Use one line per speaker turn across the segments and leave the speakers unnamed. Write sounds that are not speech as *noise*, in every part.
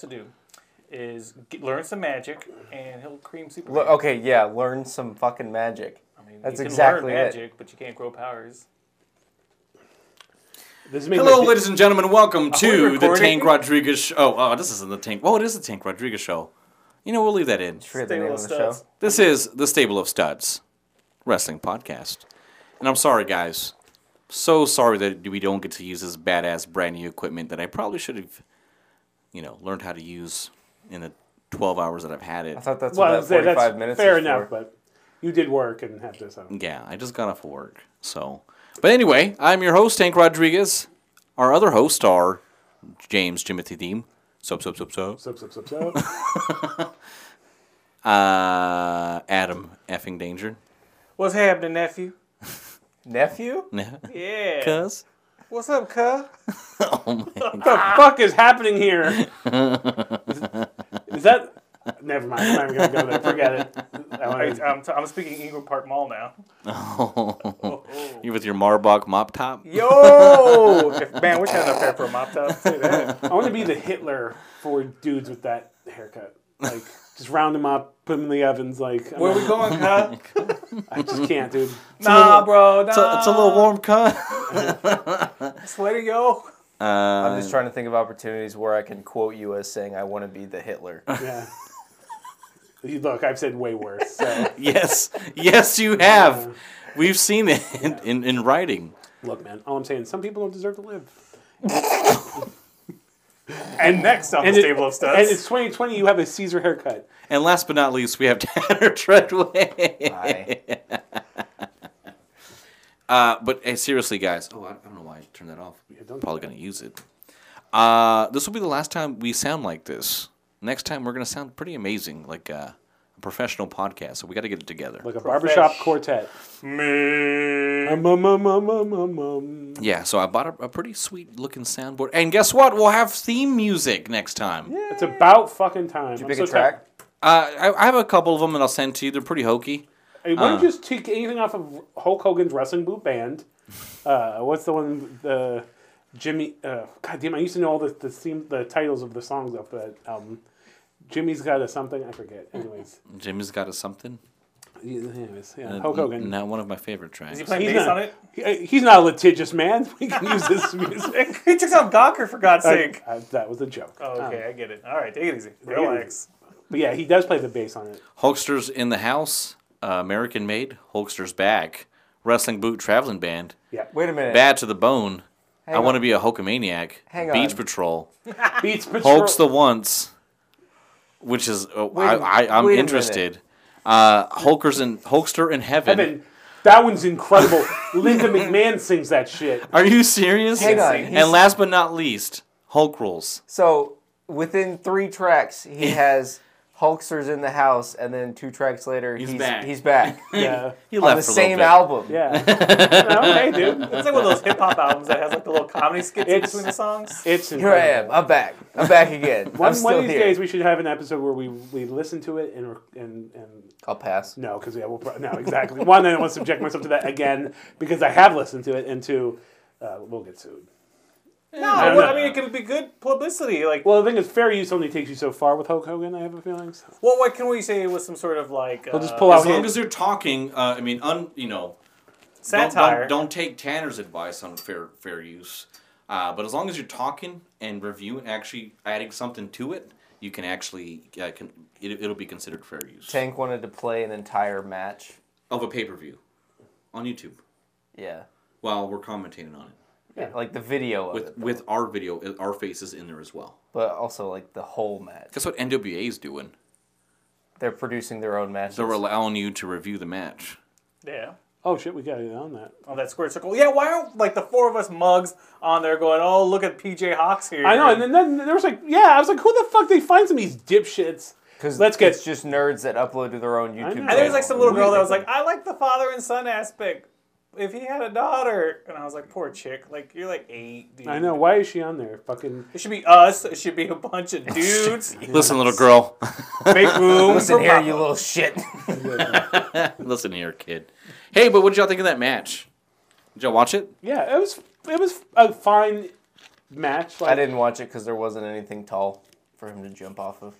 to do is get, learn some magic, and he'll cream Superman.
L- okay, yeah, learn some fucking magic.
I mean,
That's
you can
exactly
learn
it.
magic, but you can't grow powers.
This is making
Hello,
me- *laughs*
ladies and gentlemen. Welcome to the
recording?
Tank Rodriguez. Sh- oh, oh, this isn't the Tank. Well, it is the Tank Rodriguez show. You know, we'll leave that in.
Forget the
Stable
name
of
of the show.
studs.
This is the Stable of Studs Wrestling Podcast, and I'm sorry, guys. So sorry that we don't get to use this badass brand new equipment that I probably should have, you know, learned how to use in the 12 hours that I've had it.
I thought that's
well, I
what
was
that
gonna say, that's
forty-five minutes
fair
is
enough,
for.
but you did work and have this um, on.
Yeah, I just got off of work. So, but anyway, I'm your host, Tank Rodriguez. Our other hosts are James Jimothy Deem. Sup, sup, sup, sup.
Sup, sup, sup,
*laughs*
sup.
Uh, Adam effing Danger.
What's happening, nephew?
Nephew?
Yeah.
*laughs* Cuz.
What's up, cuh?
the fuck is happening here? Is, that? Never mind. I'm not even gonna go there. Forget it. I
I,
wanna-
I'm, t- I'm speaking Ingram Park Mall now.
You with your Marbach mop top?
Yo! If- *laughs* man, we're trying to prepare for a mop top. Say that.
*laughs* I want to be the Hitler for dudes with that haircut. Like, just round them up, put them in the ovens. Like, I'm
Where we
not-
going, cuh?
I just can't, dude.
Nah, bro. Nah.
It's a, it's a little warm, *laughs* cuz.
Sweaty, yo.
Uh,
I'm just trying to think of opportunities where I can quote you as saying I want to be the
*laughs*
Hitler.
Yeah. You- Look, I've said way worse. So,
yes, yes, you have. We've seen it in, in, in writing.
look, man. All I'm saying, some people don't deserve to live.
And next on
And
the
it-
table of studs.
And it's 2020. You have a Caesar haircut.
And last but not least, we have *laughs* Tanner Treadway.
I,
Uh, but hey, seriously, guys. Oh, I I don't know why I turned that off.
don't
Probably gonna use it. Uh, this will be the last time we sound like this. Next time we're gonna sound pretty amazing, like uh, a professional podcast. So we got to get it together.
Like a barbershop
Profesh.
quartet.
Me.
Um, um, um, um, um, um, um.
yeah. So I bought a, a pretty sweet looking soundboard, and guess what? We'll have theme music next time.
It's about fucking time.
you
I'm
pick
so
a track?
tired.
Uh, I, I have a couple of them, and I'll send to you. They're pretty hokey.
Hey, why don't you just take anything off of Hulk Hogan's Wrestling Boot Band? Uh, what's the one? The Jimmy. Uh, God damn! I used to know all the the, theme, the titles of the songs off that album. Jimmy's got a something. I forget. Anyways,
Jimmy's got a something.
anyways, yeah.
Uh,
Hulk Hogan.
Not one of my favorite tracks.
Is he playing
He's
bass
not-
on it? *laughs*
He- uh, he's not a litigious man. *laughs* We can use this music.
He took out Gawker, for God's sake.
Uh, that was a joke.
Oh, okay, I get it. All right, take it easy.
it easy.
Relax.
But yeah, he does play the bass on it.
Hulkster's in the house. Uh, American made. Hulkster's back. Wrestling boot traveling band.
Wait a minute.
Bad to the bone. I
on.
want to be a Hulkamaniac.
Hang
Beach
on.
Patrol.
Beats Patrol.
Hulk's the once, which is uh,
a-
I, I I'm
wait a
interested. Uh, Hulkers in Hulkster in heaven.
Heaven. That one's incredible. Linda McMahon sings that shit.
Are you serious?
Hang on, he's-
And last but not least, Hulk rules.
So within three tracks, he
*laughs*
has Hulksters in the house, and then two tracks later, he's he's
back.
back, on
Yeah.
*laughs* He
the
left for a little
same
bit.
album.
Yeah. okay, dude.
It's like one of those hip hop albums that has like the little comedy skits in
It's-
between the songs.
It's
Here
incredible.
I am. I'm back. I'm back again.
*laughs* One,
I'm still
one of these
here.
days, we should have an episode where we, we listen to it and rec- and and
I'll pass.
no, because yeah, we'll pro- no exactly. One, I don't want to subject myself to that again because I have listened to it, and two, uh, we'll get sued.
No,
I don't
well, I
know.
mean it could be good publicity. Like,
Well, the thing is, fair use only takes you so far with Hulk Hogan. I have a feeling. So. Oh,
what what can we say with some sort of like uh,
We'll just pull out
As long
his,
as they're talking, uh, I mean, un, you know, don't,
satire?
don't- don't take Tanner's advice on fair fair use. Uh, but as long as you're talking and reviewing, actually adding something to it, you can actually uh, can, it, it'll be considered fair use
Tank wanted to play an entire match.
of a pay per view on YouTube
Yeah,
while we're commentating on it
like the video of
with
it,
with our video, uh, our faces in there as well.
but also like the whole match.
That's what NWA is doing.
They're producing their own matches.
They're allowing you to review the match.
yeah.
oh shit, we got it on that.
On that square circle. Yeah, why aren't like the four of us mugs on there going, Oh, look at PJ Hawks here.
I know, and then, then there was like, yeah, I was like, who the fuck they find some of these dipshits?
Because
Let's get-
it's just nerds that upload to their own YouTube.
know.
And there was like some little girl that was
channel.
like, I like the father and son aspect. If he had a daughter and I was like, Poor chick, like you're like eight, dude.
I know. Why is she on there? Fucking
It should be us. *laughs* It should be a bunch of dudes.
Listen, little girl.
Make room.
"Listen
for
here,
Papa.
you little shit." *laughs*
Listen here, kid. Hey, but what did y'all think of that match? Did y'all watch it?
yeah, it was it was a fine match. Like,
I didn't watch it because there wasn't anything tall for him to jump off of.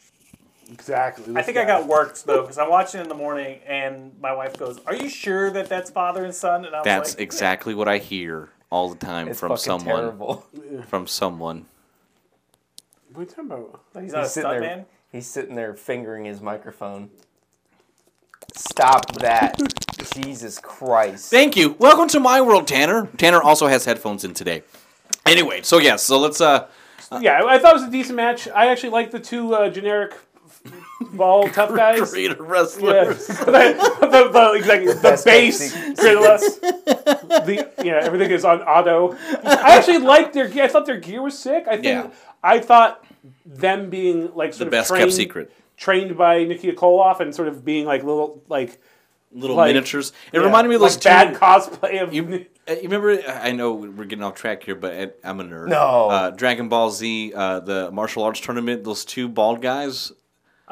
Exactly.
I think I got worked though because I'm watching in the morning and my wife goes, "Are you sure that that's father and son?" And I'm
That's
like,
exactly what I hear all the time
It's
from
fucking
someone.
terrible. *laughs*
From someone.
What are you talking about?
"Yeah, He's not
He's
a
sitting there.
stuntman.
He's sitting there fingering his microphone. Stop
*laughs*
that! Jesus Christ!
Thank you. Welcome to my world, Tanner. Tanner also has headphones in today. Anyway, so yeah, so let's uh
yeah, I I thought it was a decent match. I actually like the two uh, generic
*laughs*
ball tough guys.
create a wrestler.
Yeah. *laughs* the, the, the, exactly, the
Best
base
Mexican-
gorilla. the yeah, everything is on auto. I actually liked their gear. I thought their gear was sick. I think
Yeah.
I thought them being like
The
sort of
best
trained,
kept secret.
trained by Nikita Koloff and sort of being like little like
Little
Like-
miniatures. It reminded me of those
like bad
two-
cosplay of
You, uh, you remember? I I know we're getting off track here, but I- I'm a nerd.
No.
uh, Dragon Ball Z, uh, the martial arts tournament. Those two bald guys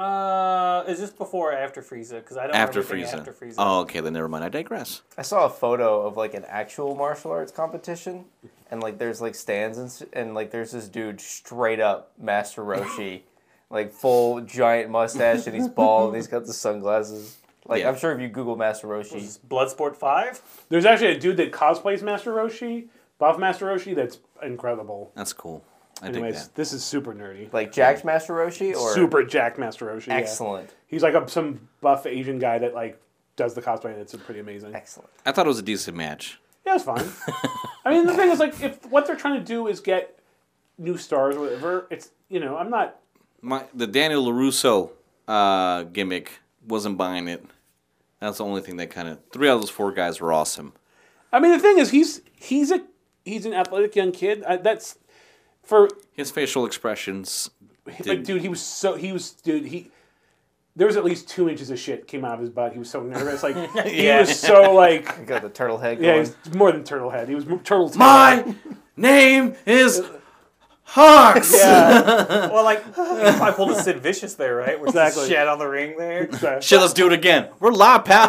Uh, is this before or after Frieza? Because I don't
after
remember being
Frieza.
After Frieza.
Oh, okay, then never mind. I digress.
I saw a photo of like an actual martial arts competition, and like there's like stands and s- and like there's this dude straight up Master
*laughs*
Roshi, like full giant mustache and he's bald and he's got the sunglasses. Like
Yeah.
I'm sure if you Google Master Roshi,
Is Bloodsport
*laughs*
Five.
*laughs* There's actually a dude that cosplays Master Roshi, Buff Master Roshi. That's incredible.
That's cool. I
Anyways,
dig
this is super nerdy.
like Jack's Master Roshi or
super Jack Master Roshi. yeah.
excellent,
He's like a, some buff Asian guy that like does the cosplay, and it's pretty amazing.
excellent.
that. I thought it was a decent match.
Yeah,
*laughs*
it's fine. I mean, the thing is, like, if what they're trying to do is get new stars or whatever, it's you know, I'm not.
My the Daniel Larusso uh, gimmick wasn't buying it. That's the only thing that kind of three out of those four guys were awesome.
I mean, the thing is, he's he's a he's an athletic young kid. I, that's for
His facial expressions.
like,
Did-
dude. He was so he was dude. He there was at least two inches of shit came out of his butt. He was so nervous. Like he was so like
You got the turtle head
yeah. He
going.
was more than turtle head. He was turtle. tail.
My name is Hawks. *laughs*
Yeah,
well, like I pulled a Sid Vicious there, right? Where
Exactly.
exactly. Shat on the ring there.
so-
Shit, let's do it again. We're live, pal.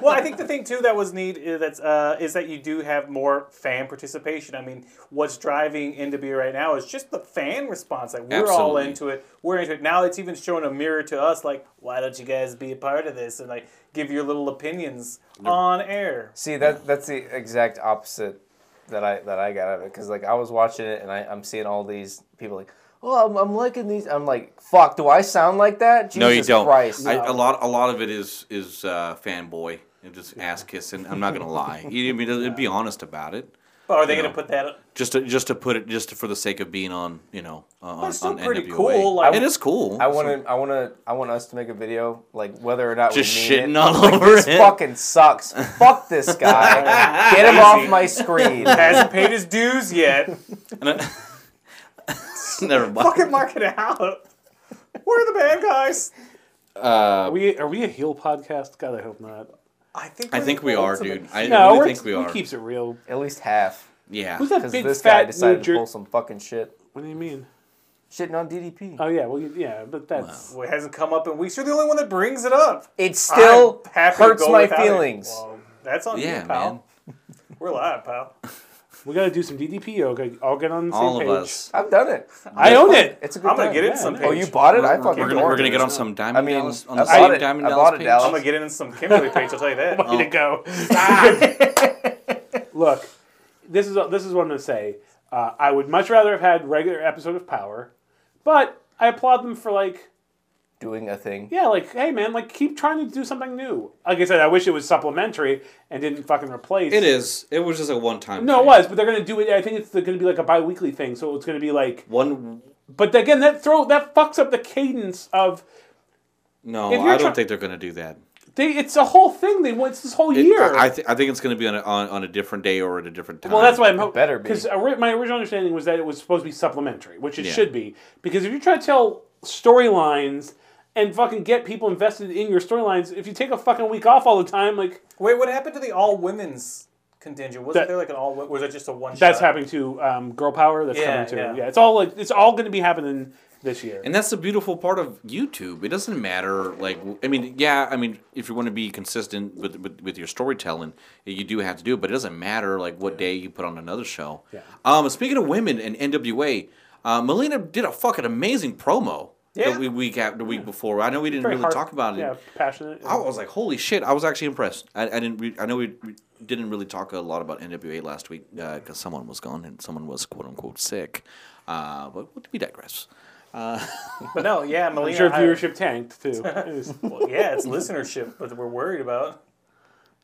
well, I think the thing too that was neat is that's uh, is that you do have more fan participation. I mean, what's driving NWA right now is just the fan response. Like we're all
Absolutely.
into it. We're into it now. It's even showing a mirror to us. Like, why don't you guys be a part of this and like give your little opinions on air?
See that that's the exact opposite that I that I got out of it because like I was watching it and I, I'm seeing all these people like oh I'm, I'm liking these I'm like fuck do I sound like that Jesus
*laughs* No, you don't.
Christ
I, a lot, a lot of it is is uh, fanboy and just ass kissing. I'm not gonna lie. You, I mean, to- be honest about it.
But Oh, are they
Yeah.
going to put that?
Just to just to put it just for the sake of being on, you know, uh, on,
it's still
on
pretty
NWA.
cool, like-
it is cool.
I want to I want to I want us to make a video like whether or not
just
we mean
shitting
it.
all
like,
over
this
it.
fucking sucks fuck this
*laughs*
guy get him off my screen
Hasn't paid his dues
*laughs*
yet.
And I- *laughs* Never mind.
Fucking mark it out. We're the bad guys.
are
Uh,
we are we a heel podcast? God, I hope not.
I think.
I
we're
think
the
we are,
ultimate-
dude. I
No,
really
we're,
think we are.
keeps it real.
at least half
yeah.
Who's that
because
big
this
fat
guy decided
New
to
Jer-
pull some fucking shit
What do you mean?
shitting on DDP
Oh yeah, well you- yeah, but that's
Well, It hasn't come up in weeks. You're the only one that brings it up.
it still
I'm happy to
hurts
go
my
without it.
feelings
Well,
um,
that's on
Yeah,
you, pal.
man.
We're live, pal.
we got to do some DDP yoga. All get on the same
All
page.
of us.
I've done it
I own it.
it's a good
I'm gonna
time.
get
yeah,
in some.
I know.
Oh,
page.
you bought it? I
We're
fucking
gonna,
bought
we're
it.
gonna get on some diamond.
I mean,
Dallas, on
I
the
bought
same
it.
diamond
I
Dallas
bought it,
page.
I'm
Dallas.
gonna get in some
*laughs*
Kimberly page. I'll tell you that.
Oh.
Way to go.
*laughs*
Look, this is this is what I'm gonna say. Uh, I would much rather have had regular episode of Power, but I applaud them for like,
doing a thing.
yeah, like, hey man, like keep trying to do something new. Like I said, I wish it was supplementary and didn't fucking replace.
It is. It was just a one-time.
No, it
thing.
was, but they're gonna do it. I think it's gonna be like a bi-weekly thing, so it's gonna be like.
One.
But again, that throw that fucks up the cadence of
No,
If you're
I don't
try-
think they're gonna do that.
they. It's a whole thing. They want it's this whole
It-
year.
I, I, th- I think it's going to be on a, on, on a different day or at a different time.
Well, that's why I'm hoping.
better be.
Because my original understanding was that it was supposed to be supplementary, which it
Yeah.
should be. Because if you try to tell storylines and fucking get people invested in your storylines, if you take a fucking week off all the time, like
Wait, what happened to the all women's contingent? Wasn't
That-
there like an all? Was it just a one?
that's
shot?
happening to um, Girl Power. That's
Yeah,
coming to yeah.
yeah.
It's all like it's all going to be happening this year.
and that's the beautiful part of YouTube. It doesn't matter. Like, I mean, yeah, I mean, if you want to be consistent with, with with your storytelling, eh, you do have to do it. But it doesn't matter like what day you put on another show. Um, speaking of women and NWA, Uh, Melina did a fucking amazing promo
Yeah.
the week, week after the week before. I know we didn't
Very
really
heart-
talk about it.
Yeah, passionate.
I was like, holy shit! I was actually impressed. I, I didn't. Re- I know we we didn't really talk a lot about NWA last week because someone was gone and someone was quote unquote sick. Uh, but we digress.
But no, yeah, Melina.
I'm sure
I-
viewership tanked too. It was-
well, yeah, it's listenership, but we're worried about.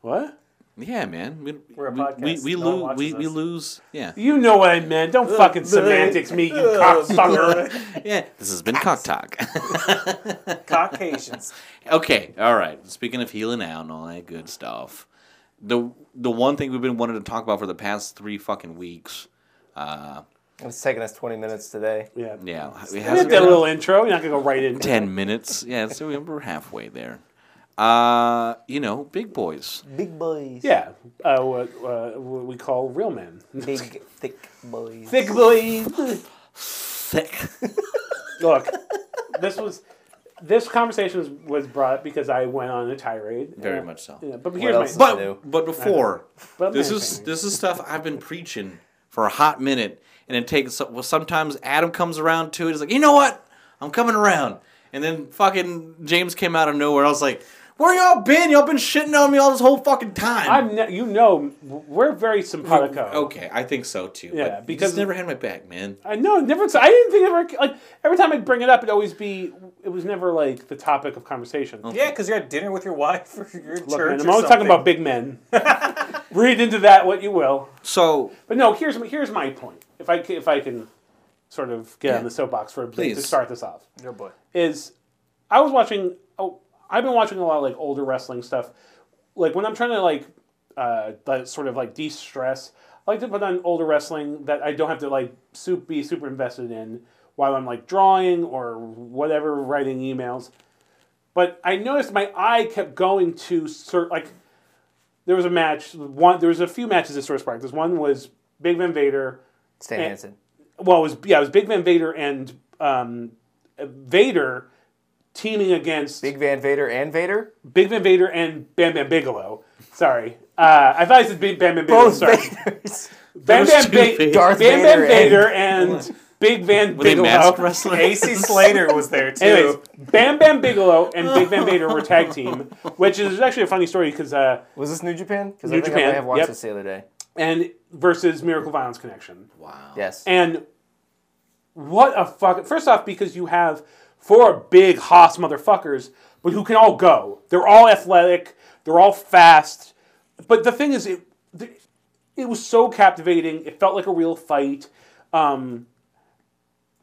what?
Yeah, man. We,
We're a
we, We,
podcast.
we,
No one
lose.
watches
We, we
us.
lose.
*laughs*
Yeah.
You know what I meant. Don't fucking semantics me, you cocksucker.
Yeah. This has been cock talk. *laughs*
*laughs*
Caucasians.
okay. All right. Speaking of healing out and all that good stuff, the the one thing we've been wanting to talk about for the past three fucking weeks. Uh,
It's taking us 20 minutes today.
Yeah.
yeah. It
I
hasn't
did
*laughs*
that little intro. You're not gonna go right into it.
10 minutes. Yeah, so we- we're halfway there. Uh, you know, big boys.
Big boys.
Yeah, uh, what, uh, what we call real men. *laughs*
Big, thick boys.
Thick boys.
Thick.
Look, this was this conversation was, was brought up because I went on a tirade.
Very
Uh,
much so.
yeah, but
else
here's
is
my.
I do.
But but before
But
this
man
is
thing.
this is stuff I've been preaching for a hot minute and it takes well sometimes Adam comes around to it. He's like, "You know what? I'm coming around." And then fucking James came out of nowhere. I was like, "Where y'all been? Y'all been shitting on me all this whole fucking time."
I'm. ne- you know, we're very simpatico.
okay, I think so too.
Yeah,
but because
because-
he's never had my back, man.
I know. Never. I didn't think ever. Like every time I'd bring it up, it'd always be. It was never like the topic of conversation.
Yeah, because you're at dinner with your wife or your church.
Look, man, I'm
or
always
something.
talking about big men. *laughs* Read into that what you will.
So
But no, here's my, here's my point. If I ca- if I can sort of get on the soapbox for a bit to
Please.
start this off
Oh, boy.
is I was watching. Oh, I've been watching a lot of like older wrestling stuff. Like when I'm trying to like uh, like, sort of like de-stress, I like to put on older wrestling that I don't have to like su- be super invested in while I'm like drawing or whatever, writing emails. But I noticed my eye kept going to cer like there was a match. One there was a few matches at Source Park. This one was Big Van Vader
Stan Hansen.
well, it was yeah, it was Big Van Vader and um, Vader teaming against Big,
Big Van Vader and Vader?
Van Vader and Bam Bam Bigelow. Sorry, uh, I thought I said Big Bam Bam Bigelow. Sorry,
Vaders.
Bam
Those
Bam,
two
Ba-
Vaders.
Darth
Bam Bam
Vader
Vader and Big Van
were they masked
Bigelow.
wrestlers? *laughs*
AC Slater was there too.
Anyways, Bam Bam Bigelow and Big Van Vader were tag team, which is actually a funny story because uh,
Was this New Japan? Because I
New
think I
Japan,
might have watched
yep.
this the other day.
and versus Miracle Violence Connection.
Wow.
Yes.
And what a fuck! First off, because you have four big hoss motherfuckers, but who can all go. They're all athletic. They're all fast. But the thing is, it it was so captivating. It felt like a real fight. Um,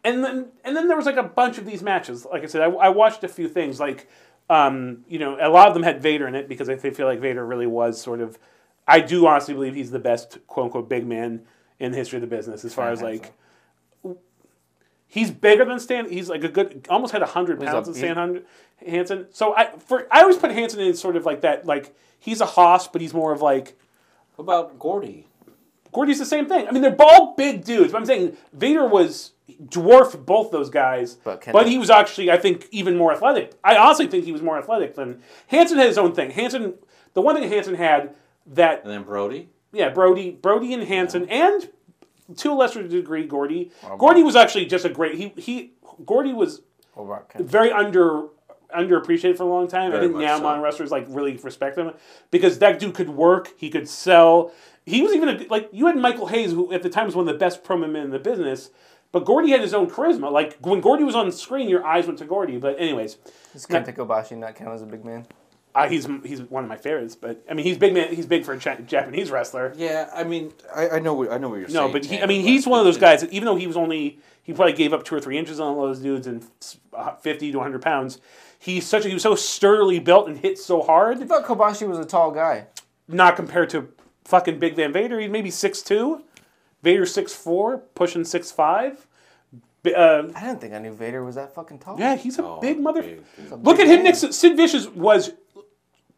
and then and then there was like a bunch of these matches. Like I said, I, I watched a few things. Like um, you know, a lot of them had Vader in it because I feel like Vader really was sort of. I do honestly believe he's the best quote unquote big man in the history of the business as far as like. He's bigger than Stan. He's like a good, almost had hundred
a-
pounds than
he-
Stan Hun- Hansen. So I, for I always put Hansen in sort of like that, like he's a hoss, but he's more of like
What about Gordy?
Gordy's the same thing. I mean, they're all big dudes. But I'm saying Vader was dwarfed both those guys,
But
but,
can-
he was actually, I think, even more athletic. I honestly think he was more athletic than Hanson had his own thing. Hanson, the one thing Hanson had that
And then Brody?
yeah, Brody, Brody and Hanson, and to a lesser degree Gordy. Gordy was actually just a great. He he Gordy was
Or Rock County.
very under underappreciated for a long time.
Very
I think
much
now
so.
modern wrestlers like really respect him because that dude could work. He could sell. He was even a, like you had Michael Hayes, who at the time was one of the best promo men in the business. But Gordy had his own charisma. Like when Gordy was on screen, your eyes went to Gordy. But anyways,
Does Kenta Kobashi not count as a big man?
uh, he's he's one of my favorites. But I mean, he's big man. He's big for a Chi- Japanese wrestler.
Yeah, I mean, I, I know what- I know what you're saying.
No, but he,
Ted,
I mean,
but
he's one of
it-
those guys that even though he was only he probably gave up two or three inches on all those dudes and uh, fifty to hundred pounds. He's such a, he was so sturdily built and hit so hard.
I thought Kobashi was a tall guy.
Not compared to fucking Big Van Vader. He's maybe six two. Vader's six four, pushing six five. Uh,
I didn't think I knew Vader was that fucking tall.
yeah, he's a
Oh,
big mother.
big dude.
Look at him next. to Sid Vicious was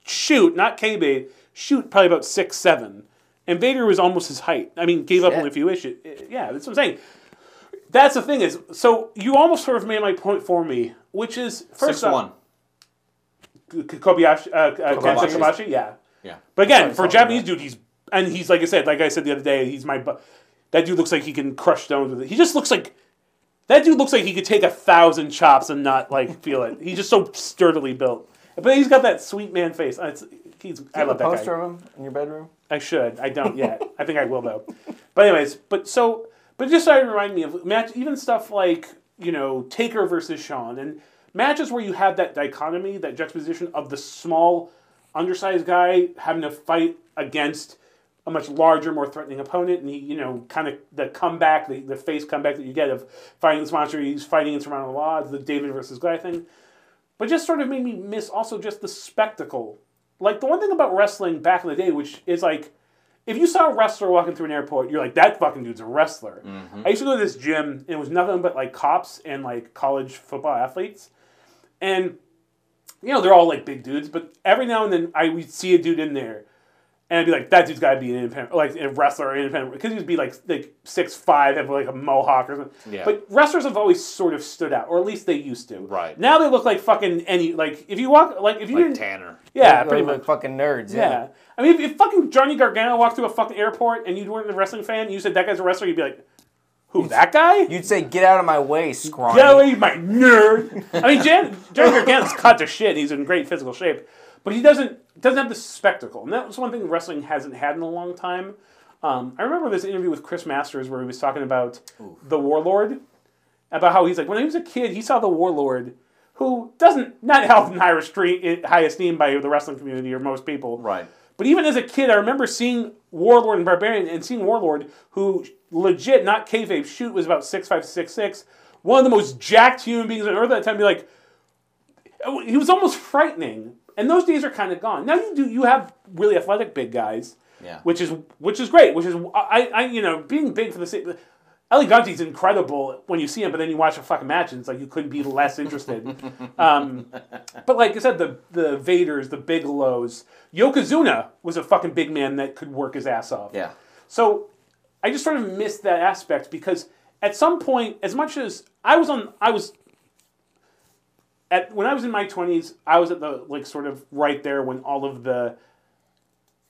shoot, not KB, shoot, probably about six seven, and Vader was almost his height. I mean, gave up
Shit.
only a few issues. Uh, Yeah, that's what I'm saying. That's the thing is, so you almost sort of made my point for me, which is first
Six
off,
one.
K- K- Kobayashi, uh, uh, Kenta
Kobayashi.
Kobashi, yeah.
Yeah.
But again, for
something
Japanese dude, he's and he's like I said, like I said the other day, he's my bu- that dude looks like he can crush stones with it. He just looks like That dude looks like he could take a thousand chops and not like feel it. He's just so sturdily built, but he's got that sweet man face. Uh, It's, he's, I
have a
love that
poster
guy.
of him in your bedroom.
I should. I don't yet. I think I will though. But anyways, but so, but just started to remind me of match, even stuff like you know Taker versus Sean and matches where you have that dichotomy, that juxtaposition of the small, undersized guy having to fight against a much larger, more threatening opponent, and he, you know, kind of the comeback, the, the face comeback that you get of fighting this monster, he's fighting insurmountable odds, the David versus Goliath thing but just sort of made me miss also just the spectacle. Like the one thing about wrestling back in the day, which is like, if you saw a wrestler walking through an airport, you're like, that fucking dude's a wrestler.
Mm-hmm.
I used to go to this gym, and it was nothing but like cops and like college football athletes, and you know they're all like big dudes, but every now and then I would see a dude in there. And I'd be like, that dude's got to be an independent, like a wrestler or independent, because he'd be like like six five, have like a mohawk or something.
Yeah.
But wrestlers have always sort of stood out, or at least they used to.
Right.
Now they look like fucking any like if you walk like if you
Like
didn't
Tanner.
yeah
They're
pretty
like
much
fucking nerds.
yeah.
Yeah.
I mean if, if fucking Johnny Gargano walked through a fucking airport and you weren't a wrestling fan and you said that guy's a wrestler you'd be like who that guy
You'd say, "Get out of my way, scrawny."
get away my nerd I mean Jan, Johnny Gargano's cut to shit he's in great physical shape but he doesn't doesn't have the spectacle and that was one thing wrestling hasn't had in a long time. Um, I remember this interview with Chris Masters where he was talking about the Warlord about how he's like when he was a kid he saw the warlord who doesn't not held in high, restre- high esteem by the wrestling community or most people
Right.
but even as a kid i remember seeing warlord and barbarian and seeing warlord who legit not kayfabe shoot was about 6566 one of the most jacked human beings on earth at that time be like he was almost frightening and those days are kind of gone now you do you have really athletic big guys
Yeah.
which is which is great. Which is I, I you know being big for the sake. Elegante's incredible when you see him, but then you watch a fucking match and it's like you couldn't be less interested. um, but like I said, the the Vaders, the Bigelows, Yokozuna was a fucking big man that could work his ass off.
Yeah.
So I just sort of missed that aspect because at some point, as much as I was on, I was at when I was in my twenties, I was at the like sort of right there when all of the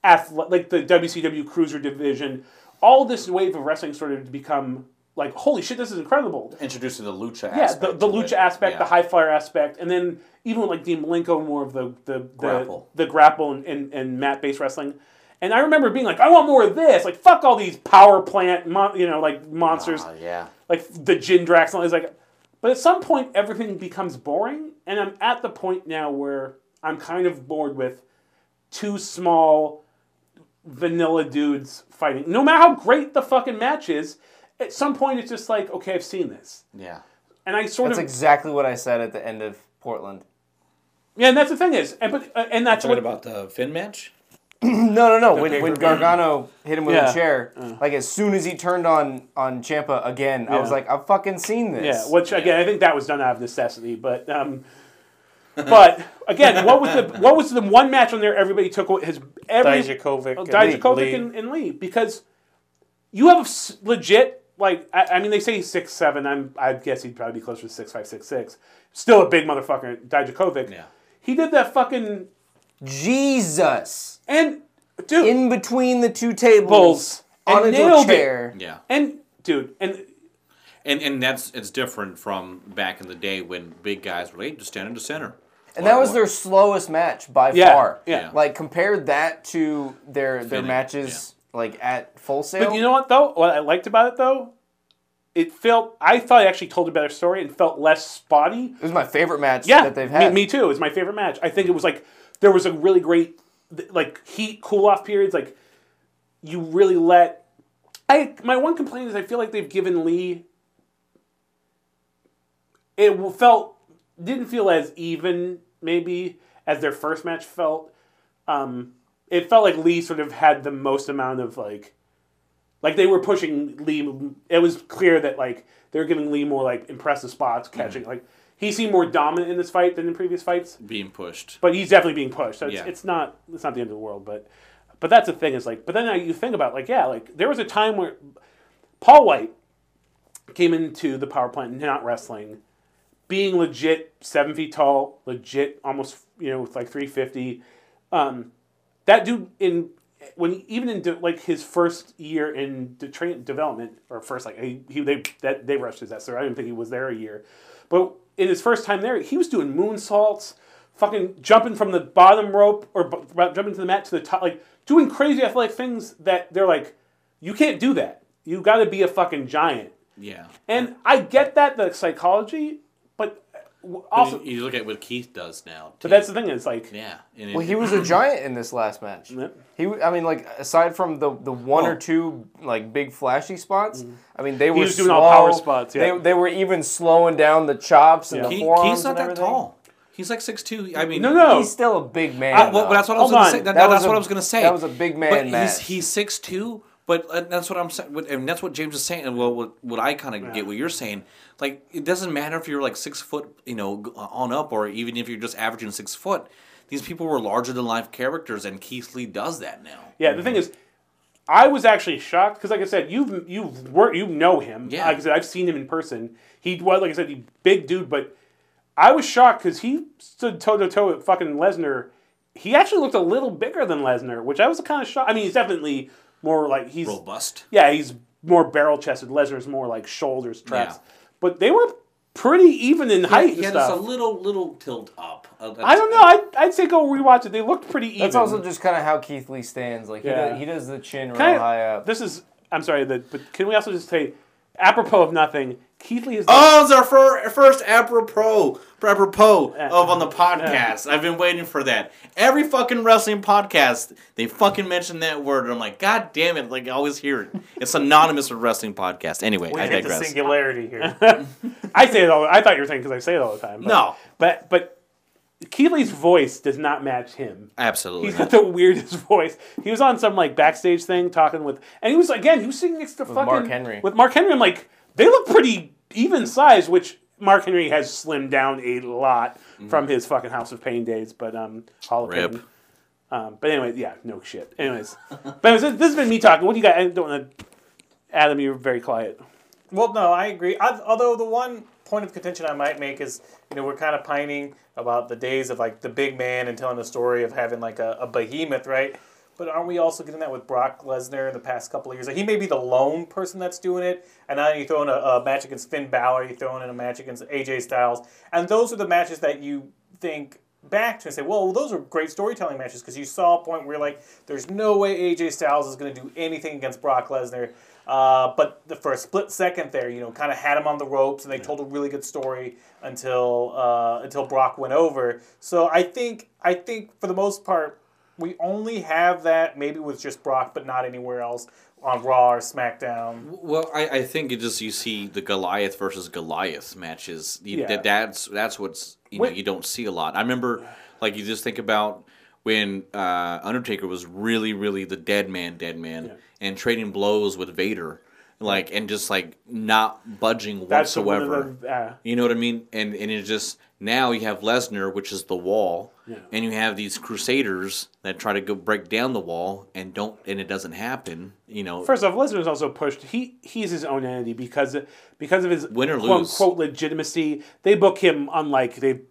athle- like the WCW Cruiser division, all this wave of wrestling started to become like holy shit, this is incredible.
Introducing the lucha
Yeah,
aspect.
the, the
to
lucha
it.
aspect,
Yeah.
the high flyer aspect, and then even with, like Dean Malenko, more of the the the
Grapple.
the grapple and, and, and mat based wrestling. And I remember being like, I want more of this. Like, fuck all these power plant, mon- you know, like monsters,
Ah, yeah.
like the Jindrax and all these. Like, but at some point, everything becomes boring, and I'm at the point now where I'm kind of bored with two small vanilla dudes fighting. No matter how great the fucking match is, at some point it's just like, okay, I've seen this,
Yeah.
and I sort
That's
of
exactly what I said at the end of Portland. *clears throat*
Yeah, and that's the thing is, and but uh, and that's
What
what.
about the Finn match?
No, no, no. When, when Gargano hit him with
Yeah. Uh.
a chair, like as soon as he turned on on Champa again, I was
Yeah.
like, I've fucking seen this.
yeah, which again, I think that was done out of necessity, but um, but again, what was the what was the one match on there everybody took away- his every
Dijakovic.
Oh,
and
Dijakovic
Lee.
and, and Lee because you have s- legit like I, I mean they say he's six seven. I'm I guess he'd probably be closer to six five six six. Still a big motherfucker, Dijakovic.
Yeah.
he did that fucking
Jesus!
and dude
In between the two tables,
Bulls.
on
And
a dual
nailed it.
chair.
Yeah.
and dude and
And and that's it's different from back in the day when big guys were like just standing to center.
And that was their slowest match by
Yeah,
far.
yeah.
Like compared that to their their
Finish,
matches like at Full Sail.
But you know what though? What I liked about it though, it felt I thought it actually told a better story and felt less spotty.
it was my favorite match
Yeah,
that they've had.
Me, me too. It's my favorite match. I think it was like there was a really great th- like heat cool off periods. Like you really let. I my one complaint is I feel like they've given Lee. It w- felt didn't feel as even maybe as their first match felt. Um, it felt like Lee sort of had the most amount of like, like they were pushing Lee. It was clear that like they were giving Lee more like impressive spots, catching like he seemed more dominant in this fight than in previous fights.
Being pushed.
But he's definitely being pushed. So it's,
Yeah.
it's not it's not the end of the world. But but that's the thing is like. But then I- you think about like yeah like there was a time where Paul White came into the power plant not wrestling, being legit seven feet tall, legit almost you know with like three fifty. Um, that dude in when even in de- like his first year in de- tra- development or first like he, he they that they rushed his so I didn't think he was there a year, but in his first time there he was doing moonsaults, fucking jumping from the bottom rope or bu- bu- jumping to the mat to the top, like doing crazy athletic things that they're like, you can't do that. You got to be a fucking giant.
Yeah.
And I get that the psychology, but uh, w- also
you, you look at what Keith does now.
but that's the thing is like
yeah. And
Well,
it-
he was a giant in this last match.
Yep.
He, w- I mean, like aside from the the one
Oh.
or two like big flashy spots, I mean they were
Mm-hmm. was doing
slow.
all power spots, yeah.
They, they were even slowing down the chops and
Yeah.
the
He-
forearms.
Keith's not
and
that
everything.
tall. He's like six two. I mean,
no no
He's still a big man.
I, well,
though.
that's what I was
Hold
going
on.
to say. That,
That
that's
was a-
what I was going to say.
that was a big man
But
match.
he's he's six two. But uh, that's what I'm saying, and that's what James is saying, and well, what, what I kind of get what you're saying. Like it doesn't matter if you're like six foot, you know, g- uh, on up, or even if you're just averaging six foot. These people were larger than life characters, and Keith Lee does that now.
Yeah, the thing is, I was actually shocked because, like I said, you've you've wor- you know him.
Yeah.
Like I said, I've seen him in person. He was, like I said, he big dude, but I was shocked because he stood toe to toe with fucking Lesnar. He actually looked a little bigger than Lesnar, which I was kind of shocked. I mean, he's definitely more like he's
Robust.
yeah, he's more barrel chested. Lesnar's more like shoulders, traps.
Yeah.
But they were pretty even in height
he
and
had us a
stuff.
little little tilt up. Uh,
I don't know. I'd, I'd say go rewatch it. They looked pretty even.
That's also just kind of how Keith Lee stands. Like he,
Yeah.
does, he does the chin
Can
real
I-
high up.
This is. I'm sorry, the, but can we also just say, apropos of nothing, Keith Lee is.
Oh, it's our fir- first apropos, apropos of on the podcast. I've been waiting for that. Every fucking wrestling podcast, they fucking mention that word. And I'm like, God damn it! Like I always hear it. It's *laughs* synonymous with wrestling podcast. Anyway, I
hit the
digress.
singularity here.
I say it all. I thought you were saying because I say it all the time. But,
No.
but but Keith Lee's voice does not match him.
Absolutely.
He's got the weirdest *laughs* voice. He was on some like backstage thing talking with, and he was again he was sitting next to fucking
Mark Henry.
with Mark Henry. I'm like, they look pretty even size, which Mark Henry has slimmed down a lot from his fucking House of Pain days. But um, Hall of
Rip.
Pain. Um, but anyway, yeah, no shit. Anyways, but anyways, this, this has been me talking. What do you got? I don't want to. Adam, you're very quiet.
Well, no, I agree. i although the one point of contention I might make is, you know, we're kind of pining about the days of like the big man and telling the story of having like a, a behemoth, right? But aren't we also getting that with Brock Lesnar in the past couple of years? Like he may be the lone person that's doing it, and now you throw in a, a match against Finn Balor, you throw in a match against AJ Styles, and those are the matches that you think back to and say, well, those are great storytelling matches because you saw a point where like, there's no way AJ Styles is going to do anything against Brock Lesnar. Uh, but the, for a split second there, you know, kind of had him on the ropes, and they told a really good story until uh, until Brock went over. So I think I think for the most part, we only have that maybe with just Brock, but not anywhere else on Raw or SmackDown.
Well, I, I think it just you see the Goliath versus Goliath matches. You,
Yeah.
that, that's that's what's you know
When-
you don't see a lot. I remember like you just think about when uh, Undertaker was really really the dead man, dead man, and trading blows with Vader, like and just like not budging
That's the one of
whatsoever.
the- uh,
You know what I mean? And and it's just now you have Lesnar, which is the wall, and you have these Crusaders that try to go break down the wall and don't, and it doesn't happen. You know,
First off, Lesnar is also pushed. He he's his own entity because because of his
Win or
quote,
lose.
unquote legitimacy. They book him unlike they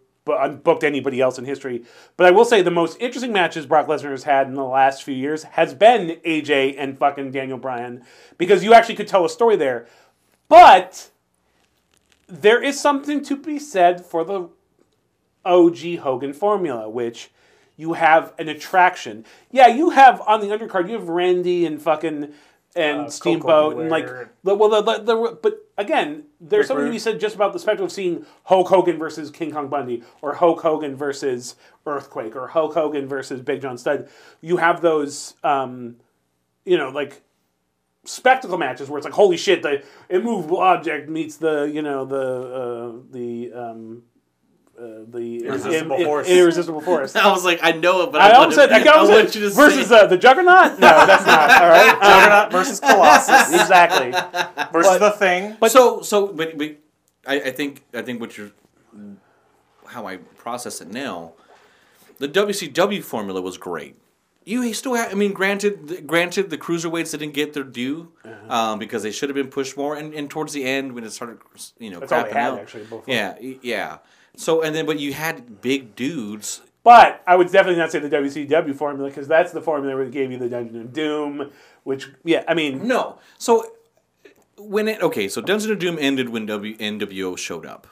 booked anybody else in history. But I will say the most interesting matches Brock Lesnar has had in the last few years has been AJ and fucking Daniel Bryan because you actually could tell a story there. But there is something to be said for the OG Hogan formula, which you have an attraction. Yeah, you have on the undercard, you have Randy and fucking and Steamboat and like
Uh, Beware.
the- well, the, the, the, but again, there's something to
Rude.
be said just about the spectrum of seeing Hulk Hogan versus King Kong Bundy or Hulk Hogan versus Earthquake or Hulk Hogan versus Big John Studd. You have those, um, you know, like spectacle matches where it's like holy shit the immovable object meets the you know the uh, the um, uh, the
Irresistible
in- in-
force.
irresistible
*laughs*
force.
I was like, I know it, but
I
I,
almost said I almost
want
said
you to
versus
say,
uh, the Juggernaut. No, that's not all
*laughs*
right.
*laughs* Juggernaut versus Colossus
exactly.
versus the Thing.
so so. But, but I, I think I think what you're how I process it now. The WCW formula was great. You still have, I mean, granted, granted, the cruiserweights didn't get their due
Uh-huh.
um, because they should have been pushed more. And, and towards the end, when it started, you know,
all
crapping
they had,
out,
actually, before.
yeah, y- yeah. So and then, but you had big dudes
But I would definitely not say the WCW formula because that's the formula that gave you the Dungeon of Doom, which yeah, I mean,
No. So when it okay, so Dungeon of Doom ended when w, NWO showed up.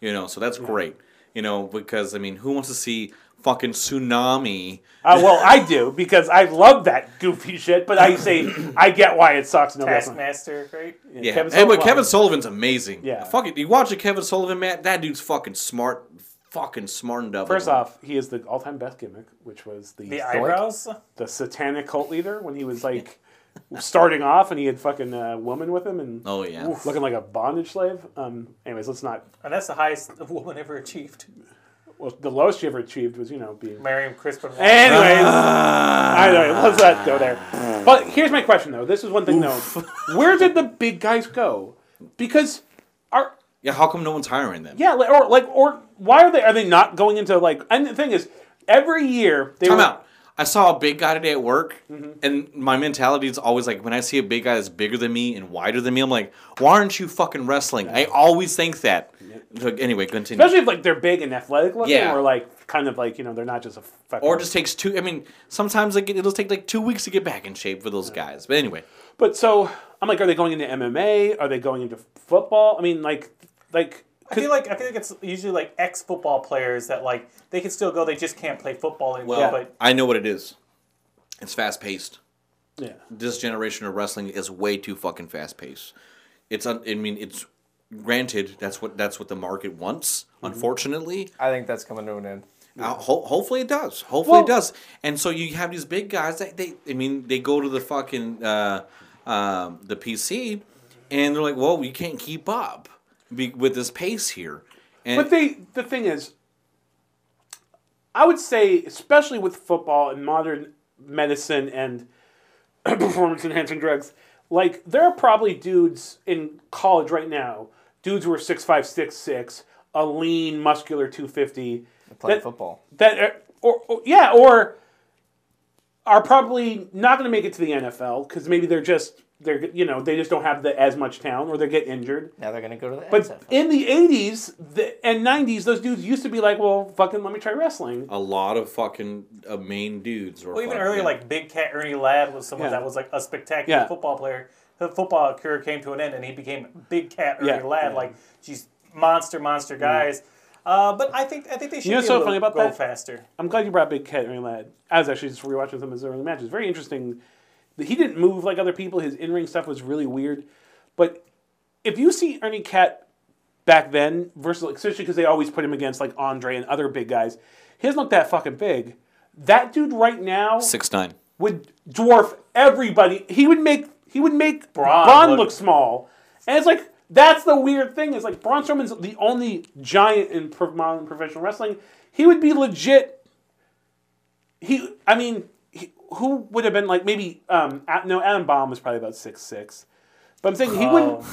You know, so that's great. You know, because I mean, who wants to see fucking tsunami?
uh, well, I do because I love that goofy shit. But I say I get why it sucks. No wrestling.
Taskmaster, right?
Yeah, and,
Kevin
but
Sullivan.
Kevin Sullivan's amazing.
Yeah.
fucking, you watch a Kevin Sullivan, Matt. That dude's fucking smart, fucking smartened up.
First off, he is the all-time best gimmick, which was the
The eyebrows.
the satanic cult leader when he was like *laughs* starting off and he had fucking a woman with him and
Oh, yeah.
oof, looking like a bondage slave. Um, anyways, let's not.
And that's the highest a woman ever achieved.
Well, the lowest you ever achieved was you know being.
Marrying Crispin. Walker.
Anyways, I know. Let's not go there. But here's my question though. This is one
*laughs*
thing though. Where did the big guys go? Because are
yeah, how come no one's hiring them?
yeah, like- or like or why are they are they not going into like? And the thing is, every year they
Time
were-
out. I saw a big guy today at work,
Mm-hmm.
and my mentality is always like when I see a big guy that's bigger than me and wider than me, I'm like, why aren't you fucking wrestling? I always think that. So, Anyway, continue.
Especially if like they're big and athletic looking,
Yeah.
or like kind of like you know they're not just a fucking
or it just takes two. I mean, sometimes like it'll take like two weeks to get back in shape for those guys. But anyway,
But so I'm like, are they going into MMA? Are they going into football? I mean, like, like
I feel like I feel like it's usually like ex football players that like they can still go, they just can't play football anymore.
well,
But
I know what it is. It's fast paced.
yeah,
this generation of wrestling is way too fucking fast paced. It's un- I mean it's granted that's what that's what the market wants.
Mm-hmm.
Unfortunately,
I think that's coming to an end.
Uh, ho- hopefully it does. Hopefully
Well-
it does. And so you have these big guys that they I mean they go to the fucking uh, um, the PC and they're like, well, we can't keep up be- with this pace here. And
but they the thing is, I would say especially with football and modern medicine and *clears throat* performance enhancing drugs, like there are probably dudes in college right now, dudes who are six five six six, a lean muscular two fifty.
Playing football.
that are- or, or yeah or are probably not going to make it to the NFL because maybe they're just they're you know they just don't have the as much talent or they get injured.
Now they're gonna go to the
But
NFL.
in the '80s the, and '90s, those dudes used to be like, "Well, fucking, let me try wrestling."
a lot of fucking uh, main dudes. Or
well, even earlier, like Big Cat Ernie Ladd was someone
Yeah.
that was like a spectacular
Yeah.
football player. The football career came to an end, and he became Big Cat Ernie
Yeah.
Ladd. Like she's monster, monster guys. Uh, but I think I think they should be
know what's
a
so
little-
funny about
go
that?
faster.
I'm glad you brought Big Cat Ernie Ladd. I was actually just rewatching some of his early matches. Very interesting. He didn't move like other people. His in ring stuff was really weird. But if you see Ernie Cat back then versus like, especially because they always put him against like Andre and other big guys, he doesn't look that fucking big. That dude right now
six nine.
would dwarf everybody. He would make he would make
Braun
Braun,
look-
look, small, and it's like that's the weird thing. Is like Braun Strowman's the only giant in pro- modern professional wrestling. He would be legit. He, I mean, he, who would have been like maybe um, A- no Adam Baum was probably about six six, but I'm saying he wouldn't.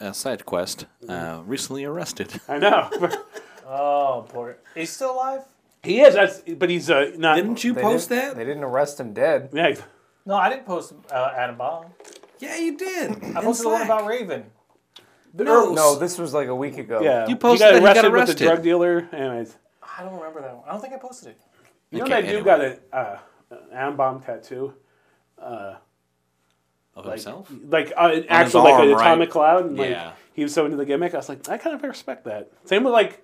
Uh, side quest. Uh, recently arrested.
*laughs* I know *laughs*
Oh, poor. He's still alive?
he is. That's but he's uh, not.
*laughs* Didn't you
They
post
didn't-
that?
They didn't arrest him dead.
Yeah,
No, I didn't post uh, Adam Bomb.
Yeah, you did.
I posted the one about Raven.
no,
No, this was like a week ago.
yeah.
You posted that he got
with
arrested.
the drug dealer. Anyways,
I don't remember that one. I don't think I posted it.
you know
Okay,
that
anyway.
dude got a, uh, an Adam Baum tattoo.
of himself.
like uh, an actual
arm,
like an
right?
atomic cloud and like
Yeah.
he was so into the gimmick i was like i kind of respect that same with like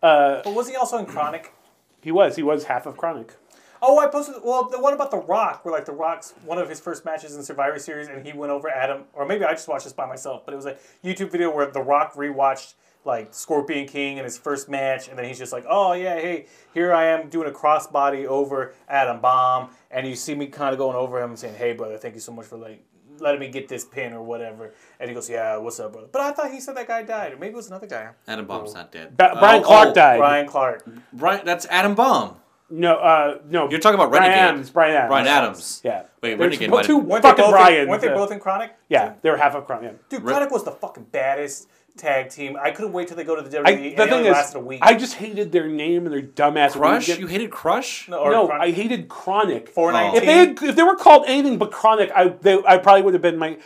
But was he also in Chronic?
he was he was half of chronic
Oh, I posted. Well, the one about The Rock, where like The Rock's one of his first matches in Survivor Series, and he went over Adam, or maybe I just watched this by myself. But it was a YouTube video where The Rock rewatched like Scorpion King in his first match, and then he's just like, "Oh yeah, hey, here I am doing a crossbody over Adam Bomb," and you see me kind of going over him and saying, "Hey, brother, thank you so much for like letting me get this pin or whatever." And he goes, "Yeah, what's up, brother?" But I thought he said that guy died, or maybe it was another guy,
Adam Baum's not dead.
Ba- brian
Oh,
clark
oh,
died
Brian Clark.
Brian, that's Adam Baum.
no uh no
You're talking about
brian
Renegade.
adams brian adams
Brian Adams.
yeah
Wait,
There's
Renegade might
bo-
have-
two
Weren't
fucking
they both
brian
In, weren't they both in Chronic?
yeah they were half of chronic yeah.
Dude,
Re-
Chronic was the fucking baddest tag team. I couldn't wait till they go to the WWE.
I,
and
the
it
thing
only
is
lasted a week.
i just hated their name and their dumbass
Crush?
gimmick.
You hated Crush?
no, or
no
Chronic.
i hated chronic
419.
if they had, if they were called anything but chronic i they, i probably would have been my,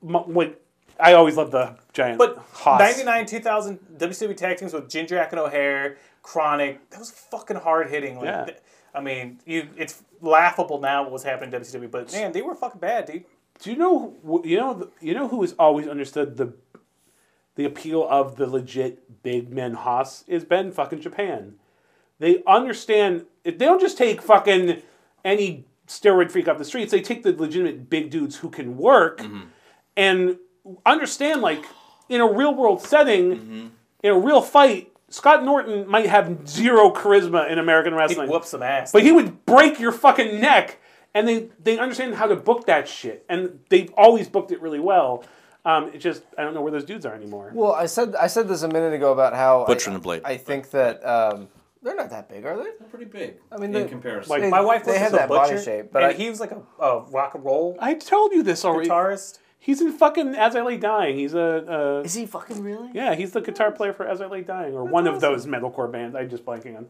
my like I always love the giant.
But
Haas.
99, 2000 WCW E tag teams with Jin Jack and O'Hare, Chronic, that was fucking hard hitting. Like,
Yeah.
th- I mean, you it's laughable now what was happening in WCW, but man, they were fucking bad, dude.
Do you know wh- you know th- you know who has always understood the the appeal of the legit big men Haas is Ben fucking Japan. They understand if they don't just take fucking any steroid freak off the streets, they take the legitimate big dudes who can work and understand like in a real world setting, in a real fight, Scott Norton might have zero charisma in American
He
wrestling.
whooped some ass.
But he would break your fucking neck, and they they understand how to book that shit, and they've always booked it really well. Um, it just I don't know where those dudes are anymore.
Well, I said I said this a minute ago about how
Butcher
I,
and the Blade.
I think that um, they're not that big, are they?
Pretty big. I
mean,
mean,
in
in
the-
comparison.
like-
my wife
They
was
had
a
that
butcher,
body shape, but
and
I-
he was like a, a rock and roll
I told you this already.
guitarist.
He's in fucking As I Lay Dying. He's a, a
Is he fucking really?
yeah, he's the guitar player for As I Lay Dying, or one of those metalcore bands. I'm just blanking on.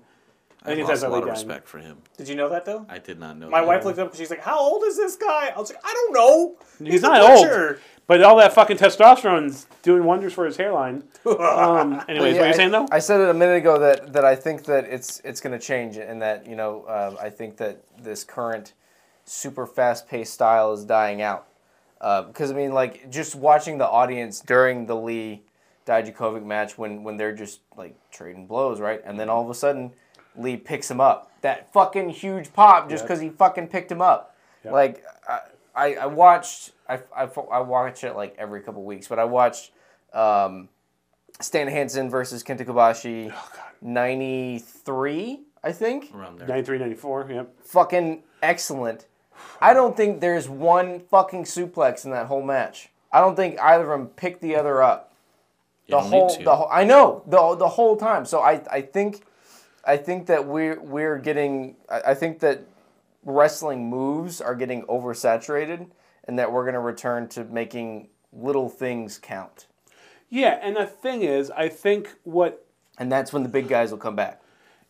I
think it's
lost a
Ezra
lot of
Leagan.
respect for him.
Did you know that though?
I did not know.
My
that.
wife looked up and she's like, "How old is this guy?" I was like, "I don't know.
He's,
a
not old,
butcher."
but all that fucking testosterone's doing wonders for his *laughs* hairline. Um, anyways, what are
I,
you saying though?
I said it a minute ago that, that I think that it's it's going to change, and that you know uh, I think that this current super fast paced style is dying out. Because I mean, like just watching the audience during the Lee Dijakovic match when when they're just like trading blows, right? And then all of a sudden Lee picks him up. That fucking huge pop just
Yeah.
because he fucking picked him up. Like I, I, I watched I, I, I watch it like every couple weeks, but I watched. Um, Stan Hansen versus Kenta Kobashi, 93, I think.
around there.
93, 94, Yep.
Fucking excellent. I don't think there's one fucking suplex in that whole match. I don't think either of them picked the other up.
You
The
don't
whole,
need to.
the whole, I know the the whole time. So I, I think, I think that we're we're getting. I, I think that wrestling moves are getting oversaturated, and that we're gonna return to making little things count.
Yeah, and the thing is, I think what
And that's when the big guys will come back.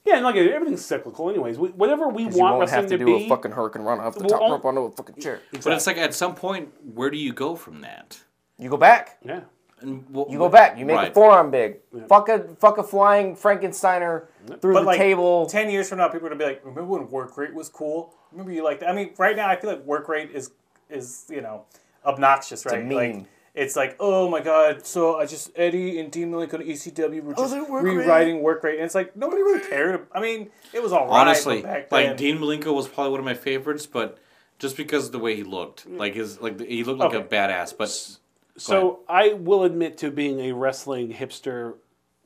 Yeah, and like everything's cyclical, anyways. We, whatever we
you
want
won't
wrestling
have to, do
be,
a fucking hurricane run off the
Well,
top
on-
rope onto a fucking chair.
But it's like at some point, where do you go from that?
You go back.
yeah,
And wh-
You go back. You make
Right.
a forearm big. Fuck a fuck a flying Frankensteiner through
But
the
like
table.
ten years from now, people are gonna be like, "Remember when work rate was cool? Remember you like that?" I mean, right now, I feel like work rate is is you know obnoxious, right?
meme.
Like it's like, oh my god, so I just Eddie and Dean Malik on ECW E were just
they're Oh, work rate.
rewriting work rate, and it's like nobody really cared. I mean, it was all right, but
honestly,
back
like
then-
Dean Malenko was probably one of my favorites, but just because of the way he looked, like his, like he looked like a
Okay.
badass. But
so I will admit to being a wrestling hipster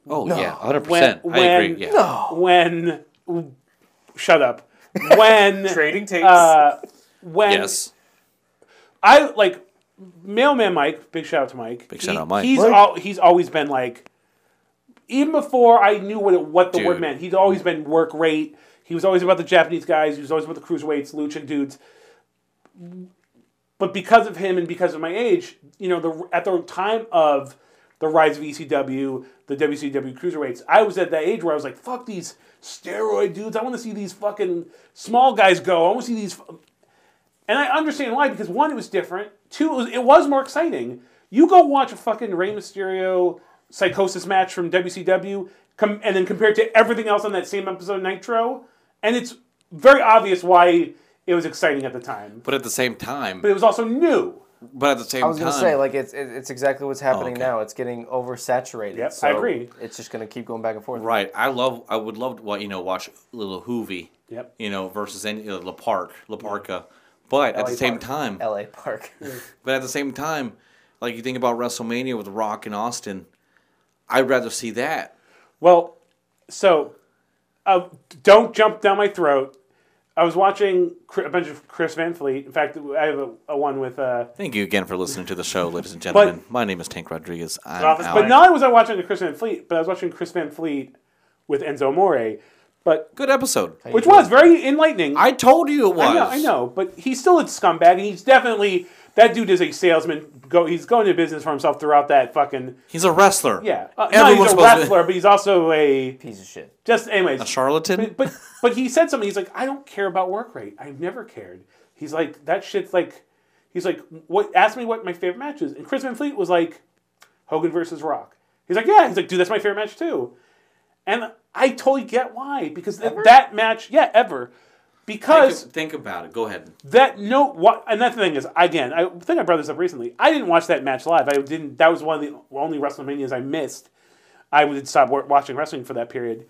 oh yeah, hundred
when
percent, I
when
agree. Yeah,
when shut up
*laughs*
when
trading tapes.
uh, when
yes,
I like mailman Mike. Big shout out to Mike. Big
shout out Mike.
He's
Mike.
al- he's always been like even before I knew what it, what the word
Dude.
meant. He's always been work rate. He was always about the Japanese guys. He was always about the cruiserweights, lucha dudes. But because of him and because of my age, you know, the at the time of the rise of ECW, the WCW cruiserweights, I was at that age where I was like, "Fuck these steroid dudes! I want to see these fucking small guys go. I want to see these and I understand why because one, it was different. Two, it was, it was more exciting. You go watch a fucking Rey Mysterio psychosis match from WCW, com- and then compare it to everything else on that same episode of Nitro, and it's very obvious why it was exciting at the time.
but at the same time,
But it was also new.
but at the same
I was
time,
gonna say like it's it- it's exactly what's happening
okay.
now. It's getting oversaturated.
Yep, I
so
agree.
It's just gonna keep going back and forth.
right? I love, I would love to, wa- you know, watch little Hoovy,
Yep.
you know, versus any uh, Lapark, Laparca, but at the same
Park.
time,
L.A. Park. *laughs*
But at the same time, like you think about WrestleMania with Rock and Austin, I'd rather see that.
Well, so uh, don't jump down my throat. I was watching Cri- a bunch of Chris Van Fleet. In fact, I have a, a one with. Uh,
Thank you again for listening to the show, ladies and gentlemen. My name is Tank Rodriguez. I'm
office
out.
But not only was I watching the Chris Van Fleet, but I was watching Chris Van Fleet with Enzo More, but
Good episode.
which was very enlightening.
I told you it was.
I know, I know, but he's still a scumbag, and he's definitely that dude is a salesman. Go, he's going to business for himself throughout that fucking
He's a wrestler.
yeah. Uh, no,
Everyone's
he's a
supposed to be-
wrestler, but he's also a
Piece of shit.
just anyways.
A charlatan.
But but he said something. He's like, I don't care about work rate. I've never cared. He's like, that shit's like, He's like, "What?" Asked me what my favorite match is, and Chris Van Fleet was like, "Hogan versus Rock." He's like, "Yeah." He's like, "Dude, that's my favorite match too," and I totally get why because th- that match, yeah, ever.
Think,
Because
think about it. Go ahead.
that no, what and that thing is again. I think I brought this up recently. I didn't watch that match live. I didn't. That was one of the only WrestleManias I missed. I would stop wa- watching wrestling for that period.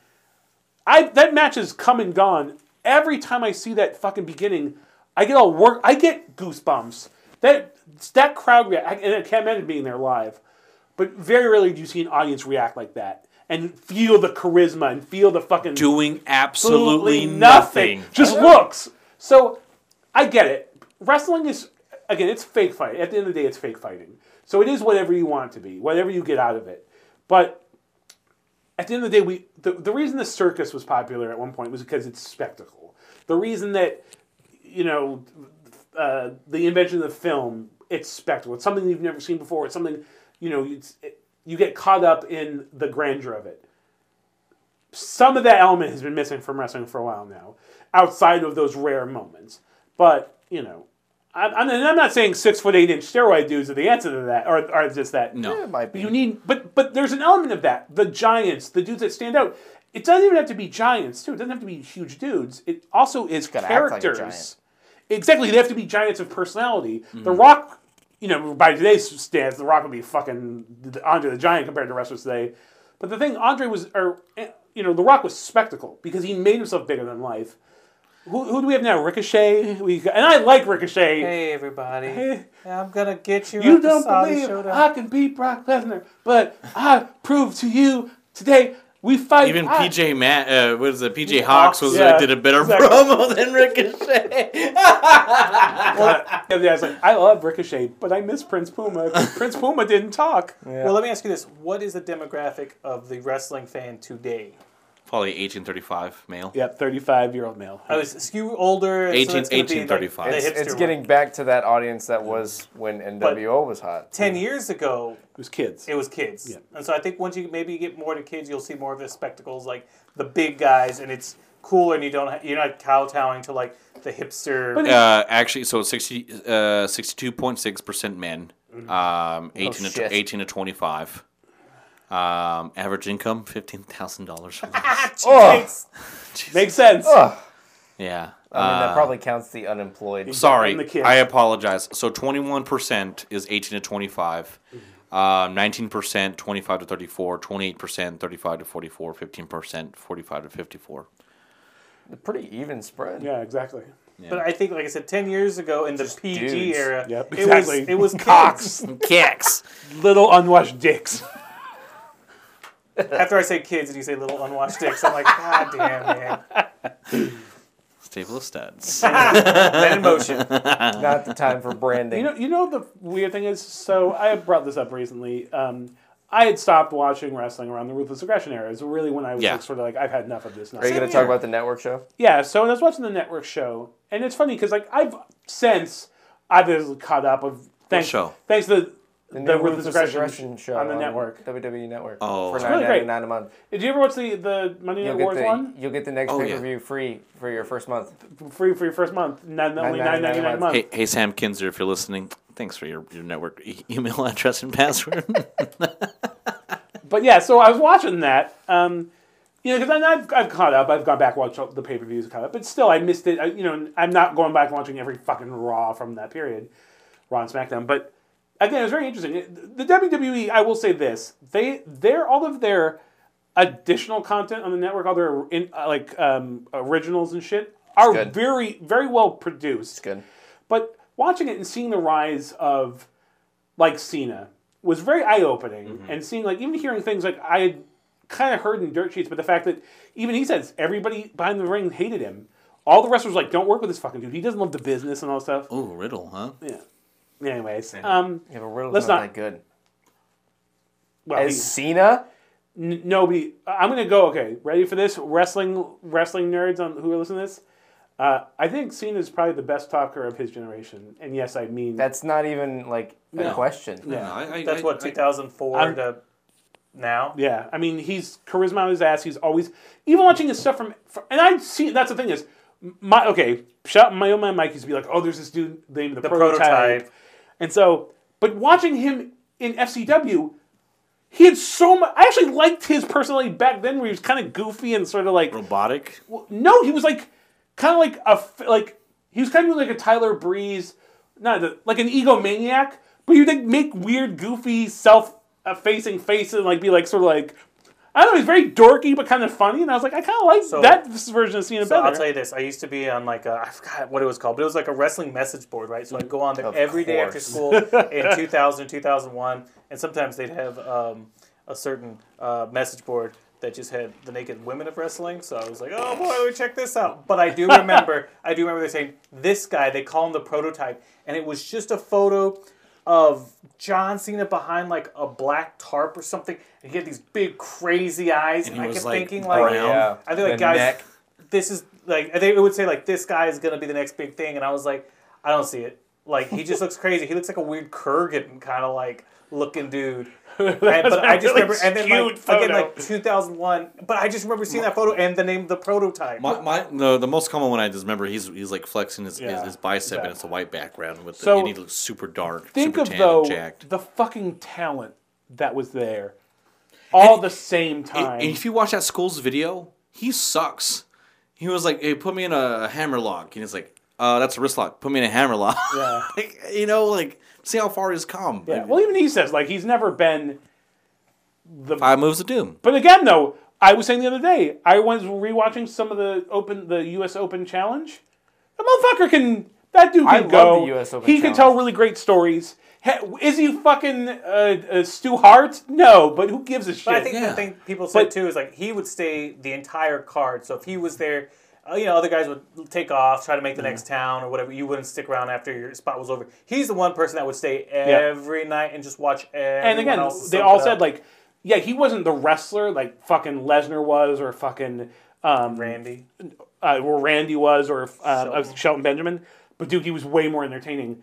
I that match has come and gone. Every time I see that fucking beginning, I get all work. I get goosebumps. That that crowd react, and it can't imagine being there live. But very rarely do you see an audience react like that and feel the charisma and feel the fucking
Doing absolutely nothing.
just looks. So I get it. Wrestling is again, it's fake fight. At the end of the day, it's fake fighting. So it is whatever you want it to be, whatever you get out of it. But at the end of the day, we the, the reason the circus was popular at one point was because it's spectacle. The reason that you know uh, the invention of the film, it's spectacle. It's something you've never seen before. It's something you know. It's, it, you get caught up in the grandeur of it some of that element has been missing from wrestling for a while now, outside of those rare moments. But you know, I'm, I'm, and I'm not saying six foot eight inch steroid dudes are the answer to that, or are just that.
No.
It might be.
You need, but but there's an element of that. The giants, the dudes that stand out. It doesn't even have to be giants too. It doesn't have to be huge dudes. It also is
gotta act like a
characters.
giant.
Exactly, they have to be giants of personality. The Rock, you know, by today's stance, The Rock would be fucking the- Andre the Giant compared to wrestlers today. But the thing, Andre was, or eh, you know, The Rock was spectacle because he made himself bigger than life. Who, who do we have now? Ricochet. We got- and I like Ricochet.
Hey everybody!
Hey.
I'm gonna get you.
You
at the
don't
Saudi
believe
Showdown.
I can beat Brock Lesnar, but I prove to you today we fight.
Even
I-
PJ Matt, uh, what is it? PJ Hawks was
Yeah,
uh, did a better
exactly.
promo *laughs* than Ricochet.
I, *laughs* yeah, I was like, I love Ricochet, but I miss Prince Puma. 'cause Prince Puma didn't talk.
Well, let me ask you this: What is the demographic of the wrestling fan today?
Probably eighteen thirty-five male.
Yep, 35 year old male.
I was skew older.
18
so it's gonna be, like,
1835.
the
It's, it's
hipster
getting
one.
back to that audience that was when NWO was hot.
ten years ago.
It was kids.
It was kids, and so I think once you maybe get more to kids, you'll see more of the spectacles, like the big guys, and it's cooler, and you don't ha- you're not kowtowing to like the hipster.
But it-
Uh, actually, so 60, uh, 62.6% men, um, 18, to,
shit.
18 to 25. Um, average income, $15,000 a month.
Ah,
Ugh.
cheesesteaks!
Makes sense.
Ah.
Ugh.
yeah.
I mean, that
Uh,
probably counts the unemployed.
Sorry,
And the kids.
I apologize. So 21% is 18 to 25, um, 19% 25 to 34, 28% 35 to 44, 15% 45 to 54.
Pretty even spread.
Yeah, exactly.
But I think, like I said, ten years ago in the PG
dudes.
era,
Yep,
it
exactly.
was it
*laughs*
was
Cocks.
kids.
Kicks.
Little unwashed dicks.
After I say kids and you say little unwashed dicks, I'm like, God damn man,
Stable of studs.
that emotion.
*laughs* Not the time for branding.
You know, you know the weird thing is. So I had brought this up recently. Um, I had stopped watching wrestling around the Ruthless Aggression era. Is really when I was
Yeah.
like, sort of like, I've had enough of this. Now.
Are you going to talk about the network show?
Yeah, so I was watching the network show, and it's funny because like I've since I've been caught up of thanks
show?
thanks to the,
new
the
Ruthless
Ruthless Aggression,
Aggression
show on the network.
WWE E network.
Oh.
for
It's
nine
really
ninety
great.
nine a month.
Did you ever watch the the Monday Night
You'll get
Wars
the
one?
you'll get the next
Oh,
pay
yeah.
per view free for your first month.
Free for your first month, not only
$9.99
nine ninety nine a
a month.
month.
hey, hey, Sam Kinzer, if you're listening, thanks for your, your network e- email *laughs* address and password.
But yeah, so I was watching that. Um, you know, because I've, I've caught up. I've gone back watched all the pay per views, caught up. But still, I missed it. I, you know, and I'm not going back and watching every fucking Raw from that period, Raw and SmackDown. But again, it was very interesting. It- The WWE, I will say this: they, they're all of their additional content on the network, all their in, uh, like um, originals and shit, are
good.
very, very well produced.
It's good.
But watching it and seeing the rise of like Cena was very eye opening, and seeing like even hearing things like I had kind of heard in dirt sheets, but the fact that even he says everybody behind the ring hated him. All the wrestlers were like don't work with this fucking dude. He doesn't love the business and all that stuff.
oh, Riddle, huh?
Anyways, um,
Yeah, but Riddle's
Let's
not, that
not-
good.
well,
As Cena,
he- n- nobody. I'm gonna go. Okay, ready for this? Wrestling, wrestling nerds on who are listening to this. Uh, I think Cena is probably the best talker of his generation, and yes, I mean
that's not even like a question.
Yeah.
I- I-
That's
I-
what
I-
2004
I'm-
to now.
Yeah, I mean, he's charisma on his ass. He's always even watching his stuff from, from and I see. That's the thing is, my okay, shot my own man Mike used to be like, oh, there's this dude named the,
The
prototype.
prototype.
and so but watching him in FCW, he had so much. I actually liked his personality back then, where he was kind of goofy and sort of like
Robotic.
well, no, he was like kind of like a f- like he was kind of like a Tyler Breeze, not the, like an egomaniac, but he'd like make weird, goofy, self-effacing faces and like be like sort of like. I don't know, he's very dorky but kind of funny, and I was like, I kind of like
So-
that version of Cena
So
better.
I'll tell you this: I used to be on like a, I forgot what it was called, but it was like a wrestling message board, right? So I'd go on there
Of
every day after
course.
school in 2000, 2001, and sometimes they'd have um, a certain uh, message board that just had the naked women of wrestling. So I was like, oh boy, we check this out. But I do remember, I do remember they saying this guy. They call him the prototype, and it was just a photo. Of John Cena behind like a black tarp or something, and he had these big crazy eyes, and,
he
I
was,
kept
like,
thinking
brown.
like,
Yeah.
I think like
The
guys,
neck.
this is like they would say like this guy is gonna be the next big thing, and I was like, I don't see it. Like he just
*laughs*
looks crazy. He looks like a weird Kurgan kind of like looking
*laughs*
dude. And, but
a
I just
really
remember and then like,
skewed
again
photo.
like 2001. But I just remember seeing that photo and the name the prototype.
My, my the, the most common one I just remember he's he's like flexing his
Yeah,
his, his bicep
exactly.
and it's a white background with
So,
the, and he looks super dark,
Think
super
of
tan,
though
jacked.
the fucking talent that was there, all the same
And-
time.
and if you watch that school's video, he sucks. He was like, "Hey, put me in a hammer lock," and he's like, "Uh, that's a wrist lock. Put me in a hammer lock."
Yeah.
*laughs* like, you know, like see how far he's come.
yeah. Well, even he says like he's never been
Five moves of doom.
But again, though, I was saying the other day, I was rewatching some of the open, the U.S. Open Challenge. The motherfucker can. That dude can
I love
go.
the US Open
he can
Challenge.
tell really great stories. He- Is he fucking uh, uh, Stu Hart? No, but who gives a shit?
But I think
Yeah.
the thing people said
But-
too is like he would stay the entire card. So if he was there, uh, you know, other guys would take off, try to make the next town or whatever. You wouldn't stick around after your spot was over. He's the one person that would stay every night and just watch.
and
Everyone
again,
else
they
soak
all
it
said
up.
like, yeah, he wasn't the wrestler like fucking Lesnar was or fucking um,
Randy.
uh, where Randy was or uh,
Shelton.
Shelton. Shelton Benjamin, but dude, he was way more entertaining.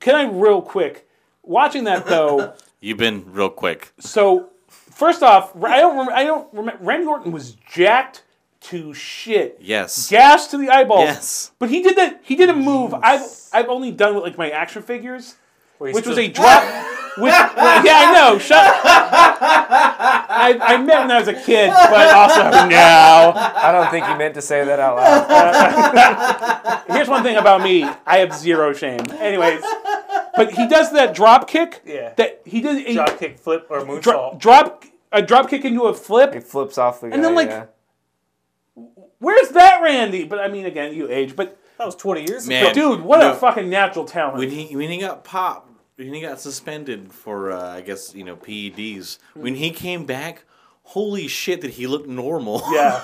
Can I real quick watching
*laughs*
that though?
You've been real quick.
So first off, I don't. rem- I don't remember. Randy Orton was jacked to shit.
Yes.
Gassed to the eyeballs.
Yes.
But he did that. He did a move. I've I've only done with like my action figures,
Where he
which was
stood- *laughs*
a drop. With, well, yeah, I know. Shut. I, I met when I was a kid, but also *laughs* now.
I don't think you meant to say that out loud.
Here's one thing about me: I have zero shame. Anyways, but he does that drop kick.
Yeah.
That he did a
drop kick, flip, or moonsault.
dro- drop a drop kick into a flip.
It flips off the guy.
then, like,
yeah.
Where's that Randy? But I mean, again, you age. But
that was 20 years
Man.
ago.
dude, what
No.
a fucking natural talent.
When he when he got popped, when he got suspended for uh, I guess you know PEDs, when he came back, holy shit, did he look normal? *laughs*
yeah,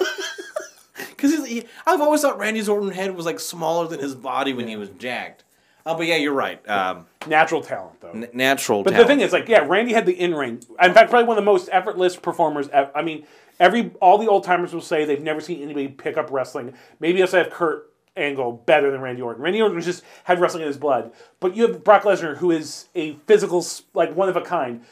Because he, I've always thought Randy Orton's head was like smaller than his body when he was jacked. Uh, but yeah, you're right. Um,
*laughs* natural talent though.
n- natural.
but the thing is, like, yeah, Randy had the in ring. In fact, probably one of the most effortless performers. Ever. I mean, every all the old timers will say they've never seen anybody pick up wrestling. Maybe also have Kurt Angle better than Randy Orton. Randy Orton just had wrestling in his blood. But you have Brock Lesnar, who is a physical, s- like one of a kind.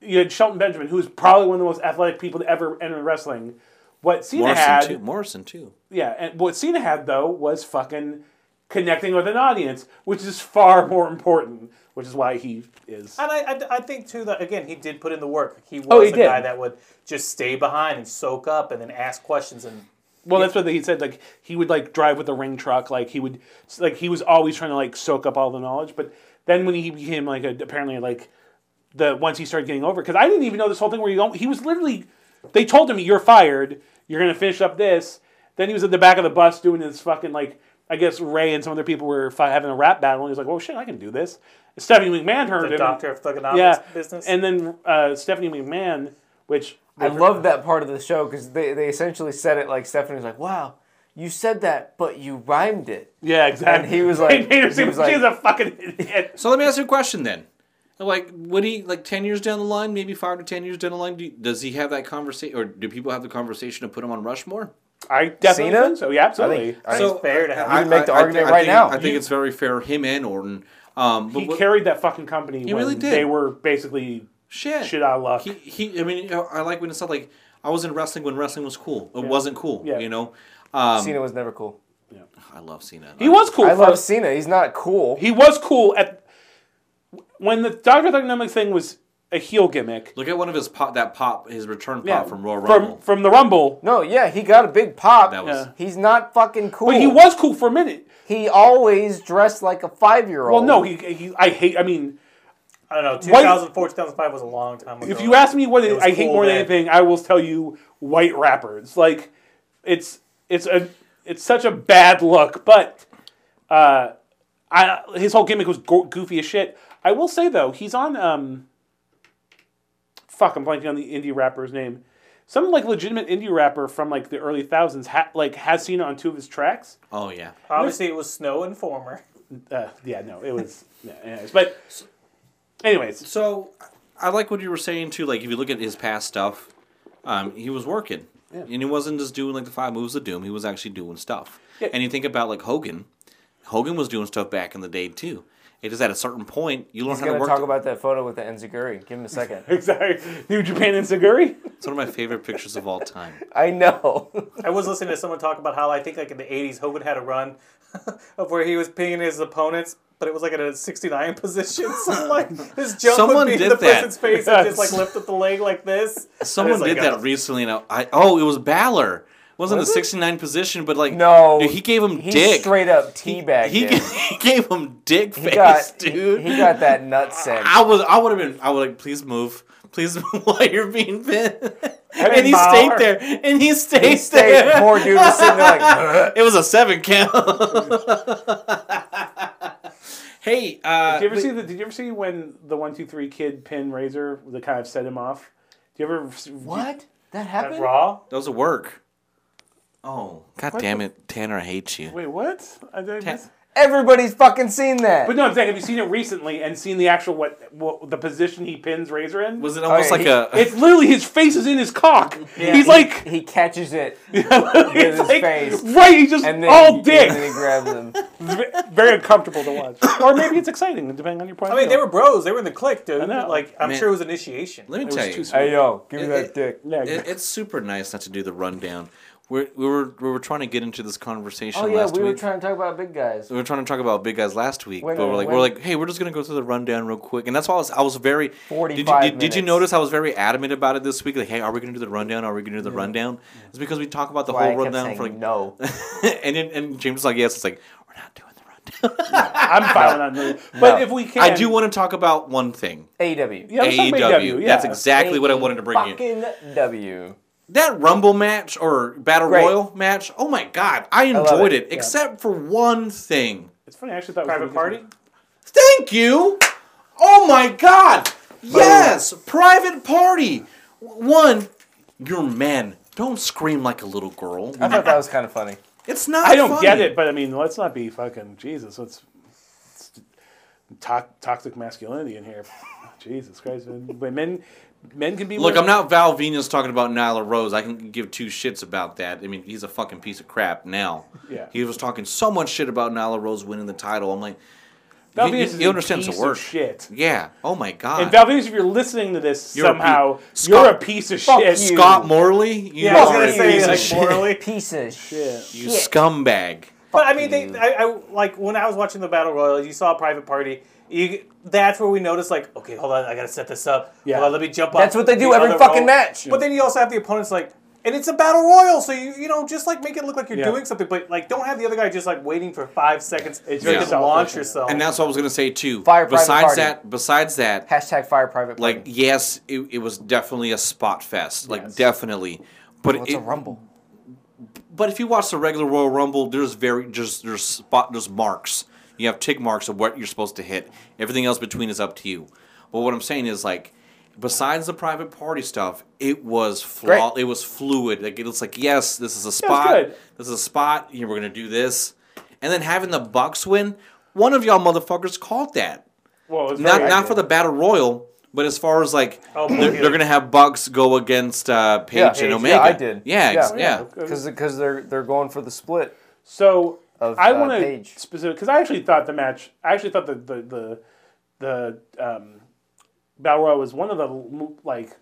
You had Shelton Benjamin, who is probably one of the most athletic people to ever enter wrestling. What Cena
Morrison
had
too. Morrison too.
Yeah, and what Cena had though was fucking connecting with an audience, which is far more important, which is why he is.
And I, I, I think too that again he did put in the work. He was
Oh, he
the
did.
guy that would just stay behind and soak up and then ask questions and
Well, that's what he said. Like he would like drive with a ring truck. Like he would, like he was always trying to like soak up all the knowledge. But then when he became like a, apparently like the once he started getting over, because I didn't even know this whole thing where you don't, he was literally. They told him you're fired. You're gonna finish up this. Then he was at the back of the bus doing his fucking like I guess Ray and some other people were fi- having a rap battle. and He was like, "Well, shit, I can do this." Stephanie McMahon heard
the
him.
doctor of thugonomics
yeah,
business.
And then uh, Stephanie McMahon, which
I love that part of the show because they, they essentially said it like Stephanie was like, wow, you said that, but you rhymed it.
yeah, exactly.
And he
*laughs*
was
They
like-
made her
he
seem
was like-
she's a fucking idiot.
*laughs*
So let me ask you a question then. Like, would he like ten years down the line, maybe five to ten years down the line, do, does he have that conversation, or do people have the conversation to put him on Rushmore?
I definitely
Cena?
think so. Yeah, absolutely.
I think, I
So-
think
fair to have- You
can make the argument
thi-
right
think,
now.
I think it's very fair, him and Orton. Um, but
he
what-
carried that fucking company when
really did.
they were basically
shit,
shit out of luck.
He, he. I mean, you know, I like when it's not like I was in wrestling when wrestling was cool. It wasn't cool,
Yeah.
you know. Um,
Cena was never cool.
I love Cena.
He was cool.
I love
first.
Cena. He's not cool.
He was cool at when the Doctor Dynamic thing was a heel gimmick.
Look at one of his pop, that pop, his return pop Ah, from Royal Rumble.
from, from the Rumble.
no, yeah, he got a big pop.
That was- Yeah.
He's not fucking cool.
But he was cool for a minute.
He always dressed like a five year
Well,
old.
no, he, he I hate. I mean,
I don't know. 2004, 2005 was a long time ago.
if you ask me what
It
it-
was
I hate
cool
more than
then.
anything, I will tell you white rappers. Like it's it's a it's such a bad look. But uh, I his whole gimmick was go- goofy as shit. I will say though, he's on um, fuck, I'm blanking on the indie rapper's name. Some like legitimate indie rapper from like the early thousands ha- like has seen it on two of his tracks.
oh yeah,
obviously it was Snow and Former.
Uh, yeah, no, it was. yeah, anyways, but anyways, *laughs*
So I like what you were saying too. Like if you look at his past stuff, um, he was working, and he wasn't just doing like the five moves of doom. He was actually doing stuff.
Yeah.
And you think about like Hogan. Hogan was doing stuff back in the day too. It is at a certain point you learn
He's
how to
gonna
work.
talk
*laughs*
about that photo with the Enziguri. Give him a second.
exactly. New Japan and Siguri.
it's one of my favorite pictures of
*laughs*
all time.
I know.
*laughs* I was listening to someone talk about how I think like in the 80s Hogan had a run *laughs* of where he was pinging his opponents, but it was like at a 69 *laughs* position. So like his jump
Someone
would be in
did
the
that.
person's face and just like lifted the leg like
*laughs*
this.
Someone
And it's
did
like,
that
uh,
recently, and I, I oh, it was Balor. It wasn't a sixty nine position, but like
No,
dude, he gave him
he
dick.
straight up teabagged
he,
him.
*laughs* he gave him dick
He
face,
got,
dude.
He, he got that
*laughs*
nut sent.
I was I would have been I would like please move please *laughs* move while you're being pinned and he
Bauer.
stayed there and he stayed,
He stayed.
there
Poor dude was sitting there like.
*laughs*
"Ugh."
it was a seven count *laughs* hey uh,
Did you ever see the? Did you ever see when the one two three kid pin razor that kind of set him off? Do you ever
What? That
at
happened?
Raw.
that was a work oh god damn it Tanner I hate you
Wait, what? I did I
Ta-
miss-
Everybody's fucking seen that.
But no, I'm saying, have you seen it recently and seen the actual what, what the position he pins razor in?
was it almost
Oh, yeah,
like a
it's literally his face is in his cock. he's
*laughs*
like,
he catches
*laughs*
it
it's
his
like
face.
right. He's just
and then
Oh,
all
And then he
dick.
grabs
*laughs*
him.
It's ve- Very uncomfortable to watch, or maybe it's exciting, depending on your point.
I
of
mean,
view.
they were bros. They were in the clique, dude.
know.
Like, I'm
Man.
sure it was initiation.
let me
It
tell
was
you
too sweet.
Hey yo, give me
It-
that
it-
dick.
Yeah,
it, it's super nice not to do the rundown we're, we were we were trying to get into this conversation
Oh yeah,
last
we were
week
trying to talk about big guys.
we were trying to talk about big guys last week,
When-
but we're like,
when-
we're like, hey, we're just gonna go through the rundown real quick, and that's why I was, I was very. did you- Did you,
45
did, you
minutes.
notice I was very adamant about it this week? Like, hey, are we gonna do the rundown? Are we gonna do the rundown? It's because we talk about the
Why I
whole
kept
rundown
saying
for like, *laughs*
no.
and then, and James was like, yes, it's like we're not doing the rundown.
I'm fine
*laughs*
on that.
No.
But if we can,
I do want to talk about one thing.
AEW.
Yeah, let's talk about
AEW.
AEW, yeah.
That's exactly what I wanted to bring you.
E fucking W.
That Rumble match or Battle
Great.
Royal match. Oh my god, I
love
enjoyed
it.
it, except for one thing.
It's funny. I actually thought it
Private
was
party.
Thank you. Oh my God. Yes. Private party. One, you're men. Don't scream like a little
*laughs*
girl.
I thought that was kind of
*laughs*
funny.
It's not.
I don't
funny.
get it, but I mean, let's not be fucking Jesus. Let's it's to- toxic masculinity in here. *laughs* Jesus Christ, man. But men, men can be.
Look,
more-
I'm not Val Venus talking about Nyla Rose. I can give two shits about that. I mean, he's a fucking piece of crap now.
Yeah.
He was talking so much shit about Nyla Rose winning the title. I'm like,
Val
you,
Venus
you,
is
you
a
understand it's
piece
a
of
work.
shit.
Yeah. Oh my God.
And Valvinus, if you're listening to this
You're a
somehow,
pe-
you're a
Scott-
piece of
Fuck
shit.
you.
Scott Morley. You
Yeah, I was
are
gonna
a
say
piece of
like
shit.
morally.
Piece of shit.
Yeah.
You scumbag.
But I mean, they,
you.
I, I like when I was watching the battle royal. You saw a private party. You, that's where we noticed, like, okay, hold on, I gotta set this up.
Yeah.
Hold on, let me jump up.
That's what they do
the
every
other
fucking match.
But then you also have the opponents like, and it's a battle royal, so you you know just like make it look like you're
Yeah.
doing something, but like don't have the other guy just like waiting for five seconds
It's
to
very
just
selfish,
launch
yeah.
yourself.
And that's what I was gonna say too.
Oh. Fire private
besides
party.
that, besides that,
Hashtag fire private. Party.
like yes, it, it was definitely a spot fest. Like
Yes.
definitely. But
what's
it,
Oh, a rumble?
but if you watch the regular Royal Rumble, there's very there's there's spot there's marks. You have tick marks of what you're supposed to hit. Everything else between is up to you. But what I'm saying is like besides the private party stuff, it was flaw
Great.
it was fluid. Like it was like, yes, this is a
was
spot.
good.
This is a spot, here we're gonna do this. And then having the Bucks win, one of y'all motherfuckers called that.
Well, it's
not
very
not for the battle royal, but as far as like
Oh,
they're,
Boogie.
they're gonna have Bucks go against uh, Page
Yeah.
and
Yeah,
Omega.
I did.
Yeah, ex- yeah.
Yeah. Because they're they're going for the split.
So
Of,
I
uh,
want to
Paige.
specific because I actually thought the match. I actually thought the the the, the um, battle royal was one of the mo- like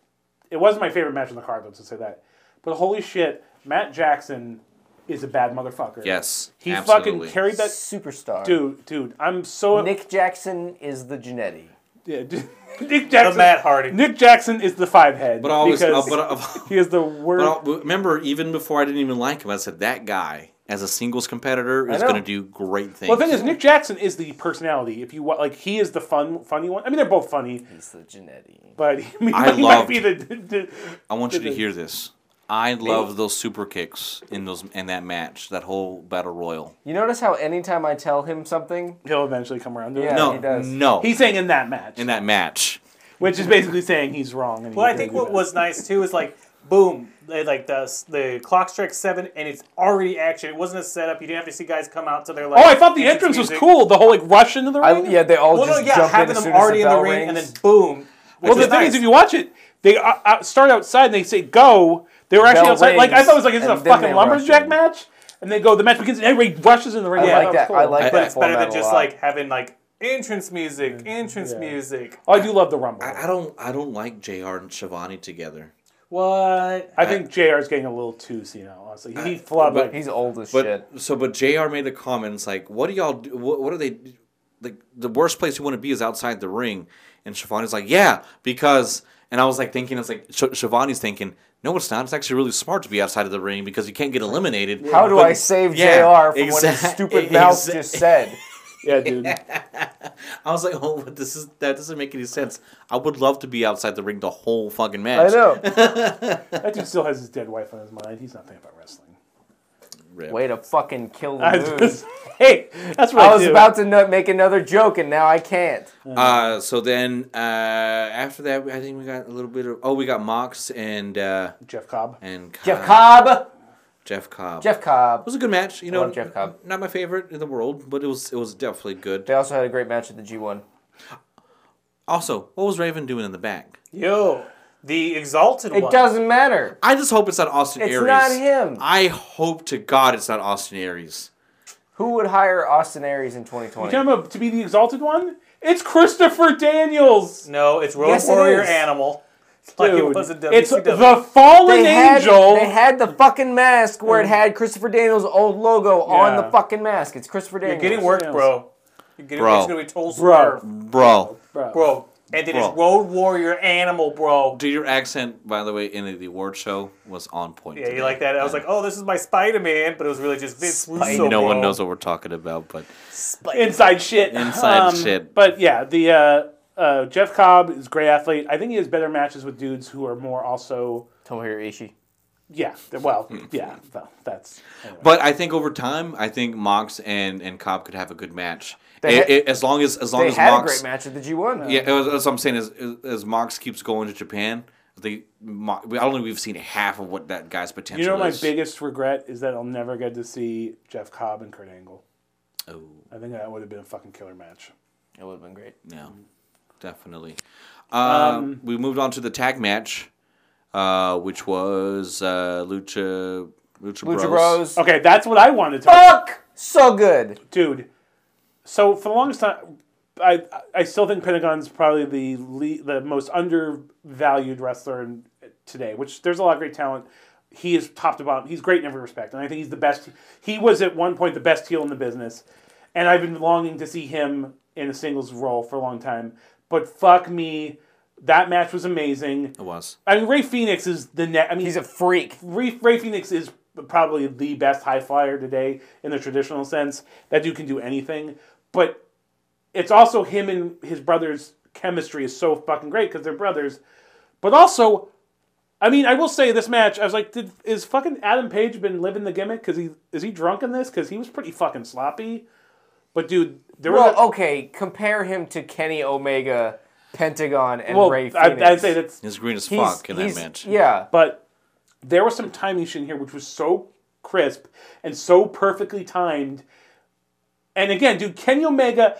it was my favorite match on the card. Let's just say that. But holy shit, Matt Jackson is a bad motherfucker.
Yes,
He
absolutely.
fucking carried that.
Superstar.
Dude, dude, I'm so. Nick,
Nick Jackson is the Genetti.
yeah, dude, *laughs* Nick Jackson.
The Matt Hardy.
Nick Jackson is the five head.
But I always, uh,
because
but, I-
he is the
but
worst.
I- but remember, even before I didn't even like him, I said that guy as a singles competitor is
know.
going to do great things.
well, the thing is, Nick Jackson is the personality. If you wa- like, he is the fun, funny one. I mean, they're both funny,
He's the Genetti.
but *laughs* he, he
I
might be the.
loved-
the-
I want you to hear this. I love those super kicks in those in that match, that whole battle royal.
You notice how anytime I tell him something,
he'll eventually come around to it.
Yeah.
No,
he does.
no,
He's saying in that match,
in that match.
which is basically saying he's wrong. And he
Well, I
can't
think
do
what
that.
was nice too is like, boom, they- like the the clock strikes seven, and it's already action. It wasn't a setup. You didn't have to see guys come out to their like.
Oh, I thought the entrance was
music.
cool. The whole like rush into the
I,
ring.
yeah, they all
Well, no,
just
yeah,
jump in
having
as
them
soon as
already
the
in the
bell
ring, and then
rings.
boom.
Well, the thing is, if you watch it, they uh, uh, start outside and they say go. They were actually
Bell
outside. Like I thought it was like
rings,
this is a
and then
fucking
they rush
lumberjack
in.
match, and they go. The match begins, and everybody rushes in the ring.
I
Yeah,
like
was
that. I like
I-
but
that
it's better than
format a
just
lot.
like having like entrance music, entrance music.
Oh, I do love the rumble.
I, I don't, I don't like Jr. and Shivani together.
What?
I think Jr. is getting a little too senile. Honestly, he flubbed.
*laughs* but-
like,
He's old as
But
shit.
so, but Jr. made the comments like, "What do y'all? Do, what, what are they? Like the worst place you want to be is outside the ring." And Shivani's like, "Yeah, because." And I was like thinking, it's like Sh- Shivani's thinking, "No, it's not. It's actually really smart to be outside of the ring because you can't get eliminated."
How do
But-
I save
yeah,
JR from what his
exact-
stupid
*laughs*
mouth
exact-
just said?
*laughs*
yeah, dude.
I was like, "Oh, but this is that doesn't make any sense." I would love to be outside the ring the whole fucking
I
*laughs*
match.
know.
That dude still has his dead wife on his mind. He's not thinking about wrestling.
Rip.
Way to fucking kill
I
the mood.
just- hey, that's what I,
I was
do.
about to no- make another joke and now I can't.
Uh, so then uh, after that, I think we got a little bit of oh, we got Mox and uh,
Jeff Cobb.
and
Jeff
Cobb.
Cobb.
Jeff Cobb.
Jeff
It
Cobb.
was a good match. You know,
love Jeff Cobb.
not my favorite in the world, but it was it was definitely good.
They also had a great match at the G1.
Also, what was Raven doing in the back?
Yo, the exalted
It
one.
doesn't matter.
I just hope it's not Austin
It's
Aries.
not him.
I hope to God it's not Austin Aries.
Who would hire Austin Aries in
You
2020?
talking about to be the exalted one? It's Christopher Daniels.
No, it's Road
Yes, it
Warrior
is.
Animal. Like it
Dude,
was in
it's
WCW.
the fallen
they had,
angel.
they had the fucking mask where it had Christopher Daniels' old logo on
Yeah.
the fucking mask. It's Christopher Daniels.
You're getting work,
Yes.
bro. You're getting,
Bro.
It's gonna be total
Bro.
swerve,
Bro,
Bro.
bro. And then it's
Bro.
Road Warrior Animal, bro.
do your accent, by the way, in the award show was on point.
Yeah, you like that? I was like, oh, this is my Spider Man, but it was really just Vince
oh,
Russo.
no one
bro.
knows what we're talking about, but
inside shit. Um,
Inside shit.
But yeah, the uh, uh, Jeff Cobb is a great athlete. I think he has better matches with dudes who are more also.
Tomohiro Ishii.
Yeah. Well.
Hmm.
Yeah. Well, that's. anyway.
but I think over time, I think Mox and and Cobb could have a good match.
They
I-
had-
I- as long as as long
They
as
had a
Mox,
great match at the G1.
Yeah, as, as I'm saying, as, as Mox keeps going to Japan, they Mo- I don't think we've seen half of what that guy's potential.
You know, my
is.
biggest regret is that I'll never get to see Jeff Cobb and Kurt Angle.
Oh
I think that would have been a fucking killer match.
It would have been great.
no,
Um,
definitely. Uh, we moved on to the tag match, uh, which was uh, Lucha Lucha,
Lucha
Bros.
Bros.
Okay, that's what I wanted to talk
Fuck! So good.
dude. So for the longest time, I I still think Pentagon's probably the le- the most undervalued wrestler in, today. Which there's a lot of great talent. He is top to bottom. He's great in every respect, and I think he's the best. He was at one point the best heel in the business, and I've been longing to see him in a singles role for a long time. But fuck me, that match was amazing.
It was.
I mean, Ray Phoenix is the net. I mean,
He's a freak.
Ray, Ray Phoenix is probably the best high flyer today in the traditional sense. That dude can do anything, but it's also him and his brother's chemistry is so fucking great because they're brothers. But also, I mean, I will say this match, I was like, did is fucking Adam Page been living the gimmick? Because he is he drunk in this? Because he was pretty fucking sloppy. But dude, there was. a-
Well, okay, compare him to Kenny Omega, Pentagon, and
well,
oh, Ray
I,
Phoenix.
I'd say that's
He's green as
He's-
fuck in that
he's-
match.
Yeah.
But there was some timing shit in here which was so crisp and so perfectly timed. And again, dude, Kenny Omega.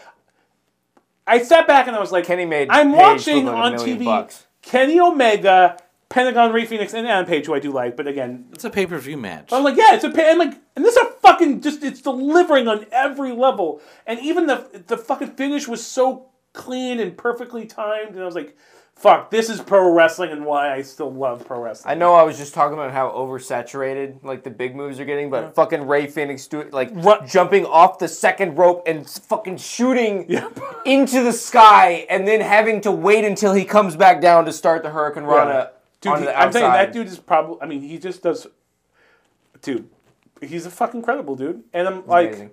I sat back and I was like,
Kenny made
I'm
Paige
watching
look like a
on
million
TV
bucks.
Kenny Omega, Pentagon, Ray Phoenix, and Adam Page, who I do like. But again,
It's a pay per view match.
I'm like, yeah, it's a pa- and like, and this is a fucking just it's delivering on every level, and even the the fucking finish was so clean and perfectly timed, and I was like, fuck, this is pro wrestling and why I still love pro wrestling.
I know I was just talking about how oversaturated like the big moves are getting, but fucking Ray Phoenix doing like
Ru-
jumping off the second rope and s- fucking shooting *laughs* into the sky, and then having to wait until he comes back down to start the Hurricane Rana
Dude,
on
he-
the outside.
I'm saying that dude is probably. I mean, he just does. Dude, he's a fucking credible dude, and I'm like,
Amazing.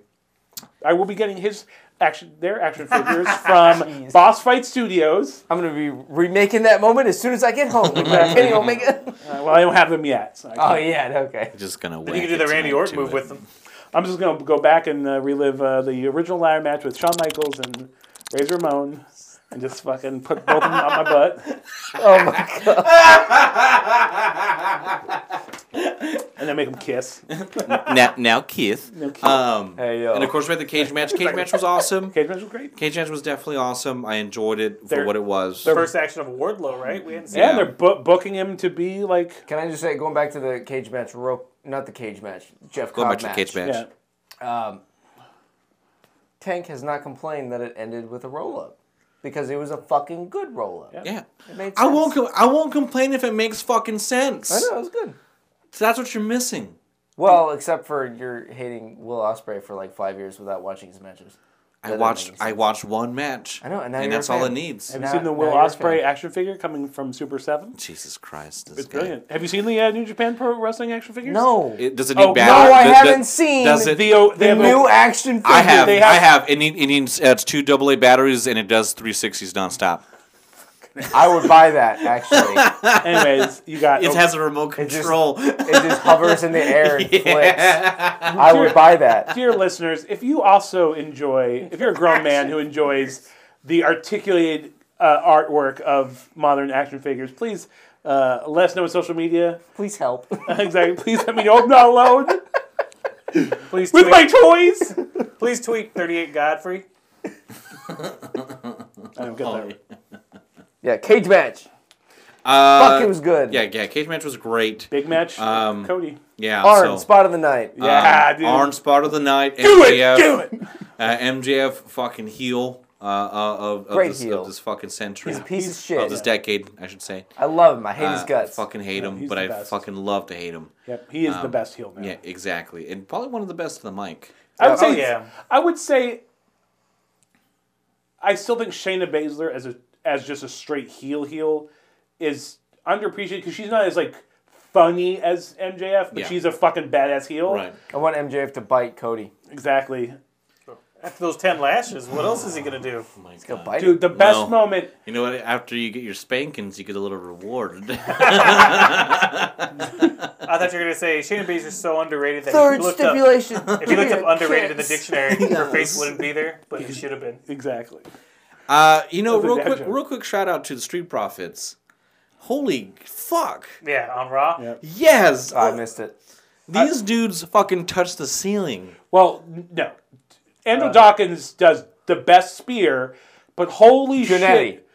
I will be getting his action, their
*laughs*
action figures from Boss Fight Studios.
I'm gonna be remaking that moment as soon as I get
*laughs*
home. with my Kenny Omega.
Uh, well, I don't have them yet. So I
oh
can't-
yeah, okay.
Just gonna.
You can do the Randy Orton move with
them.
them.
I'm just gonna go back and uh, relive uh, the original ladder match with Shawn Michaels and Razor Ramon. And just fucking put both of them on my butt,
*laughs* Oh my god.
and then make
*laughs*
them kiss.
Now, now Keith. Um,
Hey, yo.
And of course, we had the cage
*laughs*
match. Cage match was awesome.
Cage match was great.
Cage match was definitely awesome. I enjoyed it for
They're-
what it was.
First action of Wardlow, right? We hadn't seen
Yeah,
Yeah.
and they're bu- booking him to be like
Can I just say, going back to the cage match, rope, not the cage match, Jeff
Going
Cobb
back to the
match.
cage match.
yeah.
Tank has not complained that it ended with a roll up because it was a fucking good roll up.
Yeah.
made
I won't.
sense.
Com- I won't complain if it makes fucking sense.
I know it was good.
So that's what you're missing.
Well, except for you're hating Will Osprey for like five years without watching his matches.
I
That
watched.
doesn't make
I watched one match.
I know, and now you're a
that's all
fan.
it needs.
Have
Now-
you seen the Will
now you're a fan.
Osprey action figure coming from Super Seven?
Jesus Christ, this
It's
guy.
brilliant. Have you seen the uh, New Japan Pro Wrestling action figures? *laughs*
No,
It, does it need
Oh,
battery?
no, I
Th- th-
haven't seen
Does it?
The, o- they
the
have a-
new action. Figure.
I have,
they
I
have-
have. It, need, it needs. Uh, it's two AA batteries, and it does 360s nonstop.
I would buy that actually.
anyways, you got.
It
oh,
has a remote
just-
control.
it just hovers in the air and flips. I would buy
*laughs*
that.
dear listeners, if you also enjoy, if you're a grown man who enjoys the articulated uh, artwork of modern action figures, please uh, let us know on social media. *laughs*
Please help.
exactly. Please let me know I'm not alone
Please
*laughs* with
tweet,
my toys.
please tweet 38 Godfrey.
I don't get that.
Yeah, cage match.
Uh,
Fuck, it was good.
Yeah, yeah. Cage match was great.
Big match.
Um,
Cody.
Yeah.
Arn,
so,
spot of the night. Yeah.
Yeah,
um,
dude.
Arn spot of the night.
Do
MJF,
it. Do it.
Uh, MJF fucking heel uh, uh, of, of,
Great
this,
heel.
of this fucking century.
He's a piece of
of
shit.
this decade, I should say.
I love him. I hate his
Uh,
guts.
fucking hate him,
he's
but
the
I
best.
fucking love to hate him.
Yep, he is the best heel man.
um, Yeah, exactly. And probably one of the best in the mic.
I would
Oh,
say.
yeah.
I would say. I still think Shayna Baszler as a as just a straight heel heel is underappreciated because she's not as like funny as MJF, but
Yeah.
she's a fucking badass heel.
Right.
I want MJF to bite Cody.
Exactly.
After those 10 lashes, what else is he going to do?
Oh my
He'll
God.
bite
Dude,
him.
the best
No.
moment.
You know what? After you get your spankings, you get a little reward.
*laughs*
I thought you were going to say Shayna Baszler's so underrated that if
Third
you looked up,
stipulation.
if you looked up underrated in the dictionary, her face wouldn't be there, but it should have been.
Exactly.
uh, you know,
That's a
real
dad
quick,
joke.
real quick shout out to the Street Profits. Holy fuck!
Yeah, on Raw.
Yeah.
Yes,
I missed it.
these dudes fucking touch the ceiling.
Well, n- no.
Uh.
Andrew Dawkins does the best spear, but holy
Jannetty.
shit.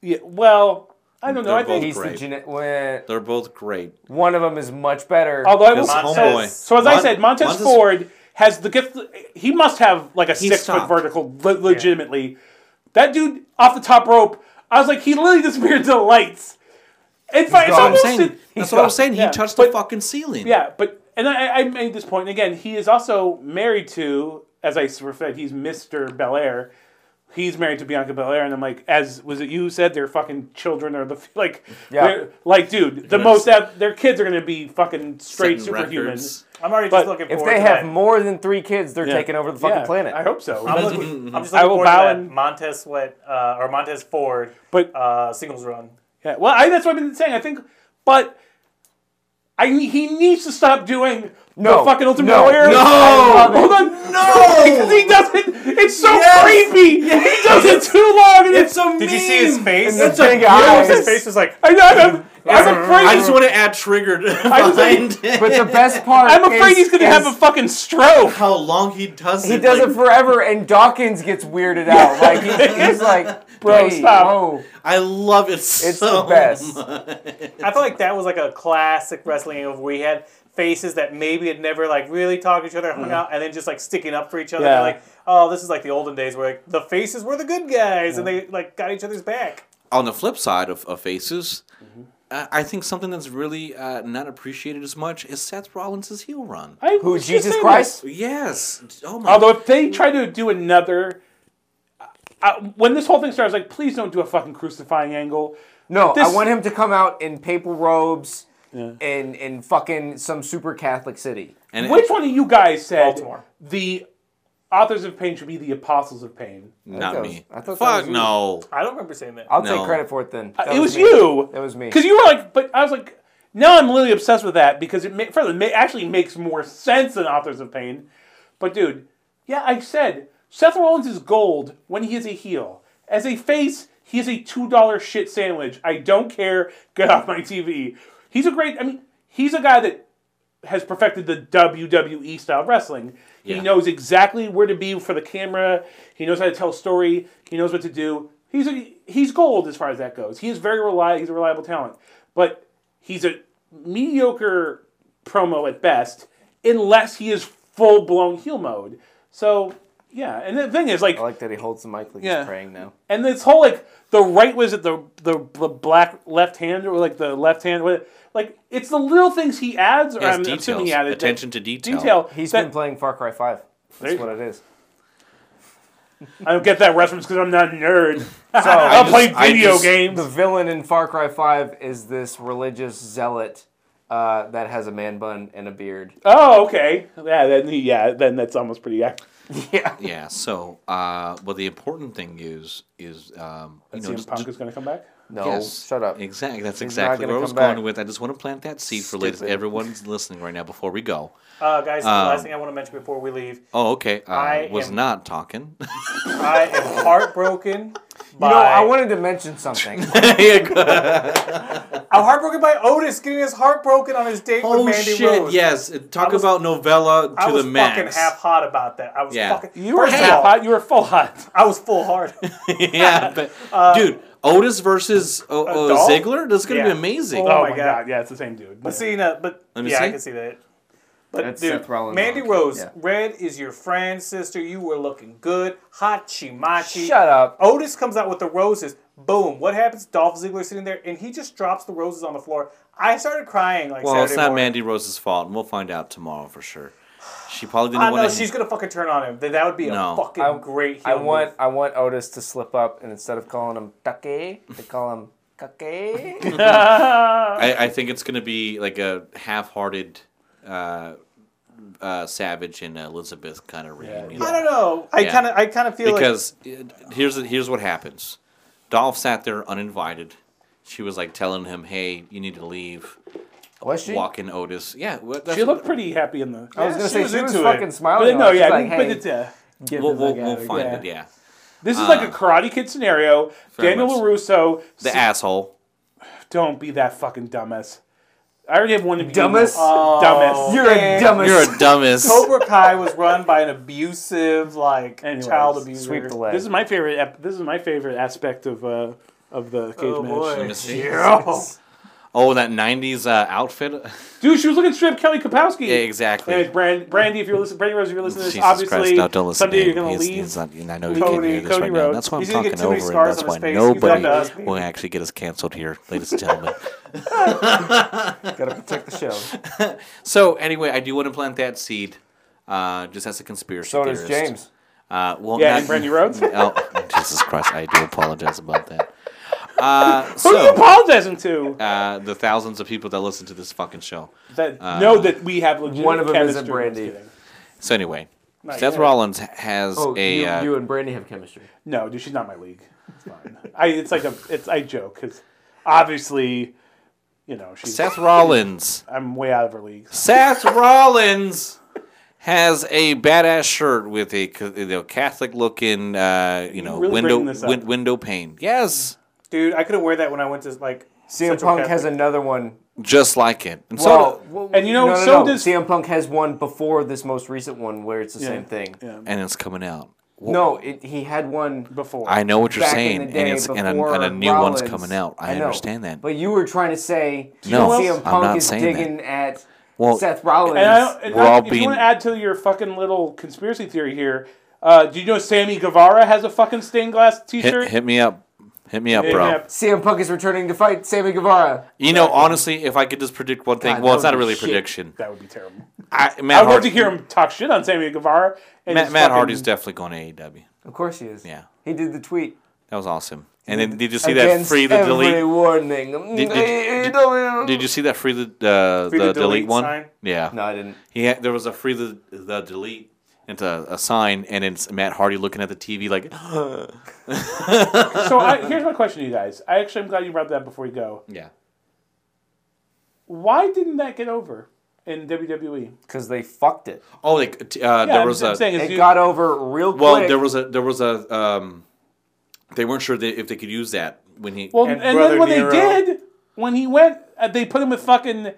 Yeah, well, I don't know.
They're
I think.
both-
He's the
Great.
genet- well,
They're both great.
one of them is much better.
Although I will
This
Montez-
homeboy.
So as I
Mon-
said, Montez, Ford has the gift. He must have like a six
stopped.
foot vertical, le- legitimately. That dude off the top rope. I was like, he literally disappeared to the lights. It's, like, it's
gone.
I'm
almost
saying,
an-
that's what I'm saying.
Yeah.
He touched the fucking ceiling.
yeah, but and I, I made this point and again. He is also married to, as I said, he's Mister Belair. He's married to Bianca Belair, and I'm like, as was it you who said their fucking children are the *laughs* like,
Yeah.
they're- like dude, the
gonna
most
s-
ev- their kids are gonna be fucking straight
Setting
superhumans.
records.
I'm already
But
just looking
if
forward
they
to
have
that.
more than three kids, they're taking over the fucking
Yeah,
planet.
I hope so.
I'm, looking, I'm just
*laughs* I
looking
will
forward
bow
to that
and-
Montez Sweat uh, or Montez Ford
But
uh, singles run.
yeah, well, I, that's what I've been saying. I think, but I he needs to stop doing
No,
the fucking Ultimate
no,
Warrior.
no.
I love- hold on,
No!
because he doesn't. It's so
Yes.
creepy. He does it too long, and it's.
It's a meme.
Did you see his face?
the big
You know, His
eyes.
face was like,
I know. I'm, I'm afraid.
I just want to add triggered
was like-
behind it.
*laughs* but the
*laughs*
best part
I'm afraid
is-
he's gonna have
is
a fucking stroke.
how long he does
He
it.
does
like,
it forever, and Dawkins gets weirded out. Like he's,
*laughs*
he's like, bro,
stop."
Whoa.
I love it so
It's the best.
I feel like that was like a classic wrestling of where we had faces that maybe had never like really talked to each other, hung out, and then just like sticking up for each other.
Yeah.
They're like, oh, this is like the olden days where like the faces were the good guys and they like got each other's back.
on the flip side of, of faces, uh, I think something that's really uh, not appreciated as much is Seth Rollins' heel run.
I
Who,
was just
Jesus
saying
Christ?
Yes. Oh
that.
my.
Although if they try to do another, I, when this whole thing starts, I was like, please don't do a fucking crucifying angle.
No,
This-
I want him to come out in papal robes in in fucking some super Catholic city.
and
Which one of you guys said
Baltimore.
the authors of pain should be the apostles of pain?
Not
that
me.
was- I thought that
Fuck
was you.
no.
I don't remember saying that.
I'll
No.
take credit for it then. That
Uh, it was,
me.
you.
That was me.
Because you were like, but I was like, now I'm literally obsessed with that because it ma- further ma- actually makes more sense than Authors of Pain. But dude, yeah, I said Seth Rollins is gold when he is a heel. As a face, he is a two dollar shit sandwich. I don't care. Get off my TV. He's a great. I mean, he's a guy that has perfected the WWE style of wrestling. He
Yeah.
knows exactly where to be for the camera. He knows how to tell a story. He knows what to do. He's a, he's gold as far as that goes. He is very reliable. He's a reliable talent, but he's a mediocre promo at best unless he is full blown heel mode. So yeah, and the thing is like,
I like that he holds the mic like
Yeah.
he's praying now.
and this whole like the right was it the the, the black left hand or like the left hand what- like it's the little things he adds or
Yes,
I'm
details.
assuming he added that-
Attention to detail.
detail.
He's
that-
been playing Far Cry Five. That's
you
what it is.
I don't get that reference because I'm not a nerd. *laughs* I,
I just-
play
I
video
just-
games.
The villain in Far Cry Five is this religious zealot uh, that has a man bun and a beard.
Oh, okay. Yeah, then he- yeah, then that's almost pretty. ac-
Yeah.
Yeah. So, uh, but the important thing is, is um, you know,
CM
just-
Punk is going to come back.
No,
Yes.
Oh, shut up.
Exactly. That's
not
exactly
gonna
where I was
come back.
going with. I just want to plant that seed for latest.
Stupid.
Everyone's listening right now before we go.
Uh, guys, the last thing I want to mention before we leave,
Oh, okay. I,
I
was
am- *laughs*
not talking.
I am heartbroken. By,
You know, I wanted to mention *laughs* something.
Yeah, go-
I'm heartbroken by Otis getting his heart broken on his date
oh
with Mandy
shit!
Rose.
Yes, talk
was-
about novella to
I was
the
fucking
max.
half hot about that. I was
Yeah.
fucking.
You were
first of
half
all,
hot. You were full hot.
I was full hard.
*laughs* yeah, but dude, Otis versus o- o-
Dolph?
Ziggler. That's gonna
Uh, Yeah.
be amazing.
Oh
Oh,
my
my
God.
god. Yeah, it's the same dude.
But seeing that, but
Let me
yeah, I
see.
can see that. But
That's
dude,
Seth Rollins.
Mandy
Okay,
Rose,
yeah.
red is your friend, sister. You were looking good, hot chimachi.
Shut up.
Otis comes out with the roses. Boom. What happens? Dolph Ziggler sitting there, and he just drops the roses on the floor. I started crying like
well,
Saturday
it's not
morning.
Mandy Rose's fault, and we'll find out tomorrow for sure. She probably
I
didn't
know
want
she's
to.
gonna fucking turn on him. Then That would be
No.
a fucking
I-
great. Heel
I want
move.
I want Otis to slip up and instead of calling him Ducky, they call him *laughs* Cucky.
I, I think it's gonna be like a half-hearted. Uh, uh, Savage and Elizabeth kind of reunion.
I don't know. I
Yeah.
kind of, I kind of feel like
because it- here's here's what happens. Dolph sat there uninvited. She was like telling him, "Hey, you need to leave."
Was she?
Walk in Otis. Yeah, well, that's
She looked pretty happy in the.
I was
Yeah,
gonna
she
say
was
she was
into it.
fucking
But
smiling.
no, yeah,
like,
but
hey,
it's uh,
give
We'll,
this
we'll,
guy
we'll
a
find
go.
it. Yeah,
This is like a Karate Kid scenario. Daniel
much.
LaRusso.
Ah. the
s-
asshole.
don't be that fucking dumbass. I already have one of you.
Dumbass?
Uh,
Oh.
dumbass.
You're a
Man.
dumbest.
You're a dumbest.
Cobra Kai was run by an abusive, like
Anyways,
child abuser.
sweep the leg.
This is my favorite. Ep- this is my favorite aspect of uh, of the cage
Oh
match.
boy.
me see.
Yeah.
*laughs* Oh, that '90s uh, outfit. *laughs*
Dude, she was looking straight up Kelly Kapowski.
yeah, exactly.
And Brand, Brandy, if you're listening, Brandy Rose, if you're listening to this,
Jesus
obviously
Christ! No, don't listen to
someday
him.
you're gonna
He's,
leave.
he's not, I know you can't
leave.
hear
Cody-
this
Cody
right now.
Rhodes.
That's why I'm
He's gonna
talking
get too many
over it.
scars
That's
on his
why
face. He's gonna ask
nobody
me.
will actually get us canceled here, ladies and gentlemen.
*laughs* Gotta protect the show.
so anyway, I do want to plant that seed. Uh, just as a conspiracy
So does
theorist.
James.
Uh, well,
Yeah,
not-
and Brandy Rhodes. Who
*laughs* oh, Jesus Christ! I do apologize about
*laughs*
that. Uh,
are you
so,
apologizing to?
uh, the thousands of people that listen to this fucking show.
That
Uh,
know that we have legitimate
one of 'em
chemistry.
isn't Brandy.
Just kidding.
So anyway,
Nice.
Seth Rollins has
Oh,
a.
you,
uh,
you and Brandy have chemistry.
No, dude, she's not my league. It's fine. I it's like a it's I joke because obviously, you know, she's
Seth Rollins.
I'm way out of her league.
Seth Rollins has a badass shirt with a ca- you know, Catholic looking uh, you know
really
window
bringing this up.
win- window pane. Yes,
Dude, I could have wear that when I went to like.
CM
Central
Punk has
Catholic.
another one.
just like it. And
Well,
so
well,
and you know,
no, no,
so
no.
does-
CM Punk has one before this most recent one where it's the same thing.
and it's coming out.
No, it, he had one
Before
I know what you're
back
saying,
in the
and
day
it's and a,
before
and a new
Rollins.
one's coming out. I,
know.
understand that.
But you were trying to say
No,
that
I'm
CM Punk
not
is
saying that.
digging at
Well,
Seth Rollins.
And, I don't, and
We're
I-
all
if you
being-
want to add to your fucking little conspiracy theory here, uh, do you know Sammy Guevara has a fucking stained glass
hit,
T-shirt?
hit me up. Hit me up,
Hit me
bro.
up.
CM Punk is returning to fight Sammy Guevara.
You know, honestly, if I could just predict one thing,
God,
well,
that
it's not
would
really
be
a
shit.
prediction.
That would be terrible.
I, Matt,
I would love
Hardy-
to hear him talk shit on Sammy Guevara. And
Matt,
his
Matt
fucking-
Hardy's definitely going to AEW.
Of course he is.
Yeah.
He did the tweet.
That was awesome. And then did you see that
Against
free the
every
delete?
warning.
Did- did- Did you see that free the uh,
Free
the,
the delete
delete, one?
sign?
Yeah.
no, I didn't.
He had, there was a free the, the delete and a, a sign, and it's Matt Hardy looking at the TV like, *gasps*
So
*laughs*
I, here's my question to you guys. I actually am glad you brought that before you go.
yeah.
Why didn't that get over in WWE?
Because they fucked it.
Oh, like t- uh,
Yeah,
there
I'm-
was
I'm
a
saying is
It
you-
got over real quick.
well, there was a there was a um, they weren't sure that if they could use that when he
Well,
And
and,
Brother
then when
Nero.
they did, when he went, uh, they put him with fucking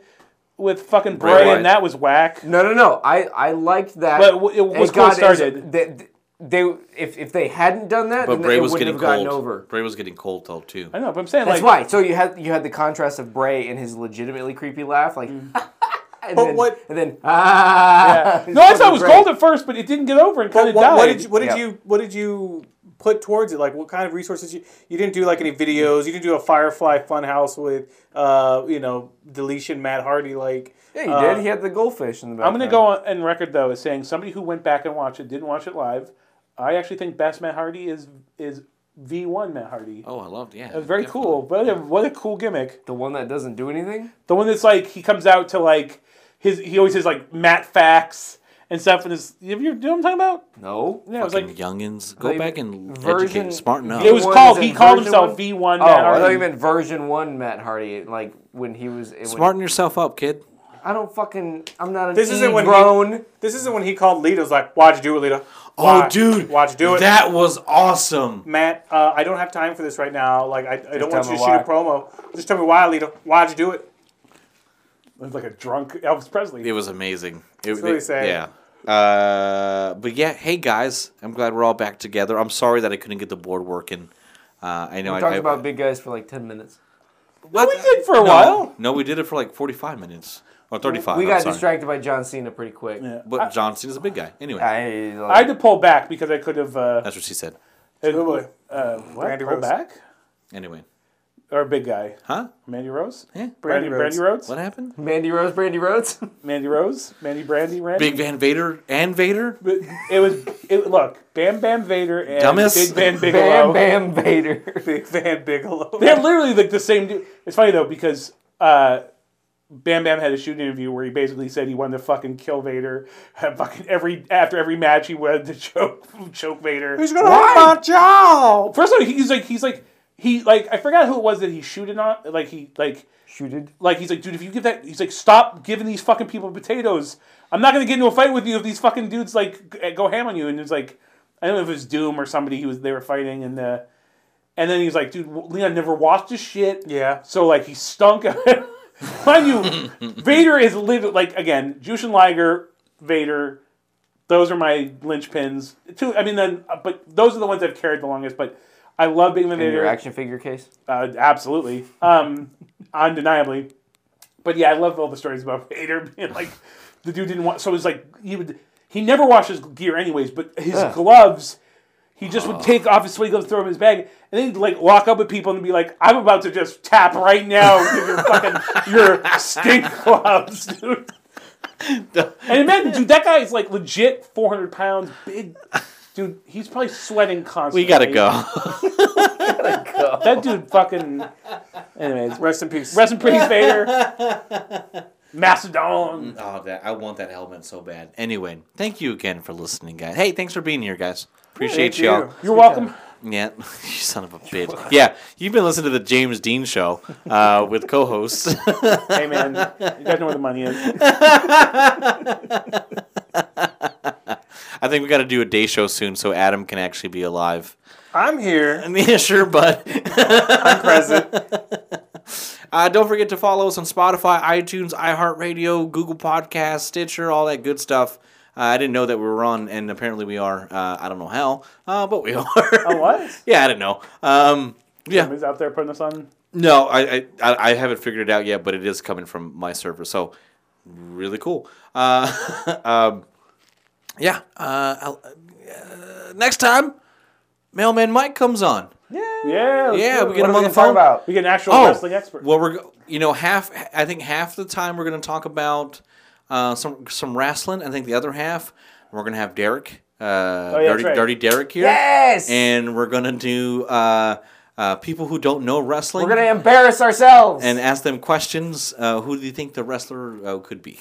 with fucking
Bray
Bray,
Wyatt.
and that was whack.
No, no, no. I, I liked that.
But w- it was cool
got as-
started.
They, they, if, if they hadn't done that,
but
then
Bray
it
was
wouldn't
getting
have gotten
cold.
over.
Bray was getting cold though too.
I know, but I'm saying
That's
like
why. So you had you had the contrast of Bray and his legitimately creepy laugh, like,
Mm.
*laughs*
But
and then,
what-
and then *laughs* ah.
No, I thought it was
Bray.
gold at first, but it didn't get over and kind
But what,
of died.
what did you, what did
Yeah.
you what did you put towards it? Like what kind of resources you you didn't do like any videos? You didn't do a Firefly Funhouse with uh you know deletion Matt Hardy like
Yeah, he
uh,
did. He had the goldfish in the back.
I'm going to go on, on record though as saying somebody who went back and watched it didn't watch it live. I actually think Best Matt Hardy is is V1 Matt Hardy.
Oh, I loved yeah.
It was very cool. What a, what a cool gimmick.
The one that doesn't do anything?
The one that's like he comes out to like his he always has like Matt facts and stuff and his you you know what I'm talking about?
No.
Yeah, it was
Fucking
like
youngins, go
Like,
back and
version-
educate, smarten up.
it was
V1
called
is
he
in
called
version
himself
one?
V one
Oh,
Matt
I thought
Hardy.
you meant version one Matt Hardy, like when he was. When,
Smarten yourself up, kid.
I don't fucking. I'm not an
This isn't when he-
grown.
This isn't when he called Lita. Was like, "Why'd you do it, Lita?
Oh,
Why?
dude,
why'd you do it?"
That was awesome.
Matt, uh, I don't have time for this right now. Like, I, I don't want
tell
you to
me
shoot a promo. Just tell me why, Lita. Why'd you do it?
It was like a drunk Elvis Presley.
It was amazing. It, was
really sad.
Yeah. Uh, but yeah, hey guys, I'm glad we're all back together. I'm sorry that I couldn't get the board working. Uh, I know
We
I
talked
I-
about big guys for like ten minutes.
What?
we did for
No.
a while.
No, we did it for like 45 minutes or 35.
We
I'm
got
sorry.
distracted by John Cena pretty quick.
But John Cena's a big guy. Anyway,
I,
I had to pull back because I could have uh,
that's what she said.
Oh, boy.
uh what?
Randy
pull
Rose.
back
Anyway,
or a big guy.
huh?
Mandy Rose?
Yeah.
Brandy
Brandy, Brandy Rhodes?
What happened?
Mandy Rose, Brandy Rhodes.
Mandy Rose? Mandy Brandy Randy?
Big Van Vader and Vader. *laughs*
But it was it look Bam Bam Vader and
Dumbest.
*laughs* Big
*laughs*
Van Bigelow.
Bam, Bam, Vader.
Big Van Bigelow.
They're literally like the same dude. It's funny though because uh, Bam Bam had a shoot interview where he basically said he wanted to fucking kill Vader. *laughs* Had fucking every after every match he wanted to *laughs* choke choke
*laughs*
Vader.
Who's gonna hurt my job?
First of all, he's like he's like he like I forgot who it was that he shooted on. Like he like
Shooted.
like he's like dude if you give that he's like stop giving these fucking people potatoes. I'm not gonna get into a fight with you if these fucking dudes like g- go ham on you. And it's like I don't know if it was Doom or somebody he was they were fighting and uh, and then he's like dude Leon never watched his shit.
Yeah.
So like he stunk. *laughs* Mind you, Vader is literally like again, Jushin Liger, Vader. Those are my linchpins. Two, I mean, then, uh, but those are the ones I've carried the longest. But I love being the
In your
Vader.
action figure
*laughs*
case.
Uh, absolutely, um, undeniably. But yeah, I love all the stories about *laughs* Vader being like the dude didn't want. So it was like he would. He never washed his gear anyways, but his
Ugh.
gloves. He just would take off his sweaty gloves, throw them in his bag, and then he'd like walk up with people and be like, "I'm about to just tap right now with your fucking your stink gloves, *laughs* dude." And imagine, dude, that guy is like legit 400 pounds, big, dude. He's probably sweating constantly.
We gotta go.
That dude fucking. Anyways,
Rest in peace.
Rest in peace, Vader. Macedon.
Oh, that I want that helmet so bad. Anyway, thank you again for listening, guys. Hey, thanks for being here, guys. Appreciate
Thank
y'all.
you.
You're welcome.
Yeah, *laughs* you son of a bitch. Yeah, you've been listening to the James Dean Show uh, with co-hosts.
Hey, man. You guys know where the money is.
I think we got to do a day show soon so Adam can actually be alive. *laughs*
I'm here.
Yeah, sure, bud.
I'm
*laughs*
present.
Uh, don't forget to follow us on Spotify, iTunes, iHeartRadio, Google Podcasts, Stitcher, all that good stuff. Uh, I didn't know that we were on, and apparently we are. Uh, I don't know how, uh, but we *laughs* are.
Oh, *laughs* what?
yeah, I don't know. Um, yeah,
Somebody's out there putting us on.
No, I, I I I haven't figured it out yet, but it is coming from my server, so really cool. Uh, *laughs* um, yeah. Uh, I'll- uh, next time, Mailman Mike comes on.
Yeah. Yeah. let's
Yeah,
do it.
What
we get
are
him
we
on the
gonna talk
phone.
about?
We get an actual
Oh,
wrestling expert.
well, we're go- you know half. I think half the time we're going to talk about uh, some some wrestling. I think the other half we're going to have Derek, uh,
Oh,
dirty,
yeah, that's right.
dirty Derek here.
Yes!
and we're going to do uh, uh, people who don't know wrestling
We're gonna embarrass ourselves.
and ask them questions. Uh, who do you think the wrestler uh, could be?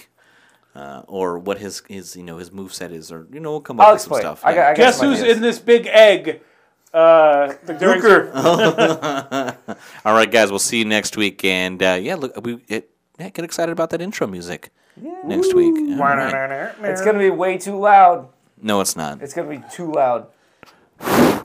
Uh, or what his his you know his move set is, or you know, we'll come up
I'll
with
explain.
some stuff.
I got, I got
Guess
some
who's
ideas.
in this big egg? Uh, the Luger.
All right, guys, we'll see you next week, and uh, yeah, look, we it, yeah, get excited about that intro music next week. All right.
It's gonna be way too loud.
No, it's not.
It's gonna be too loud.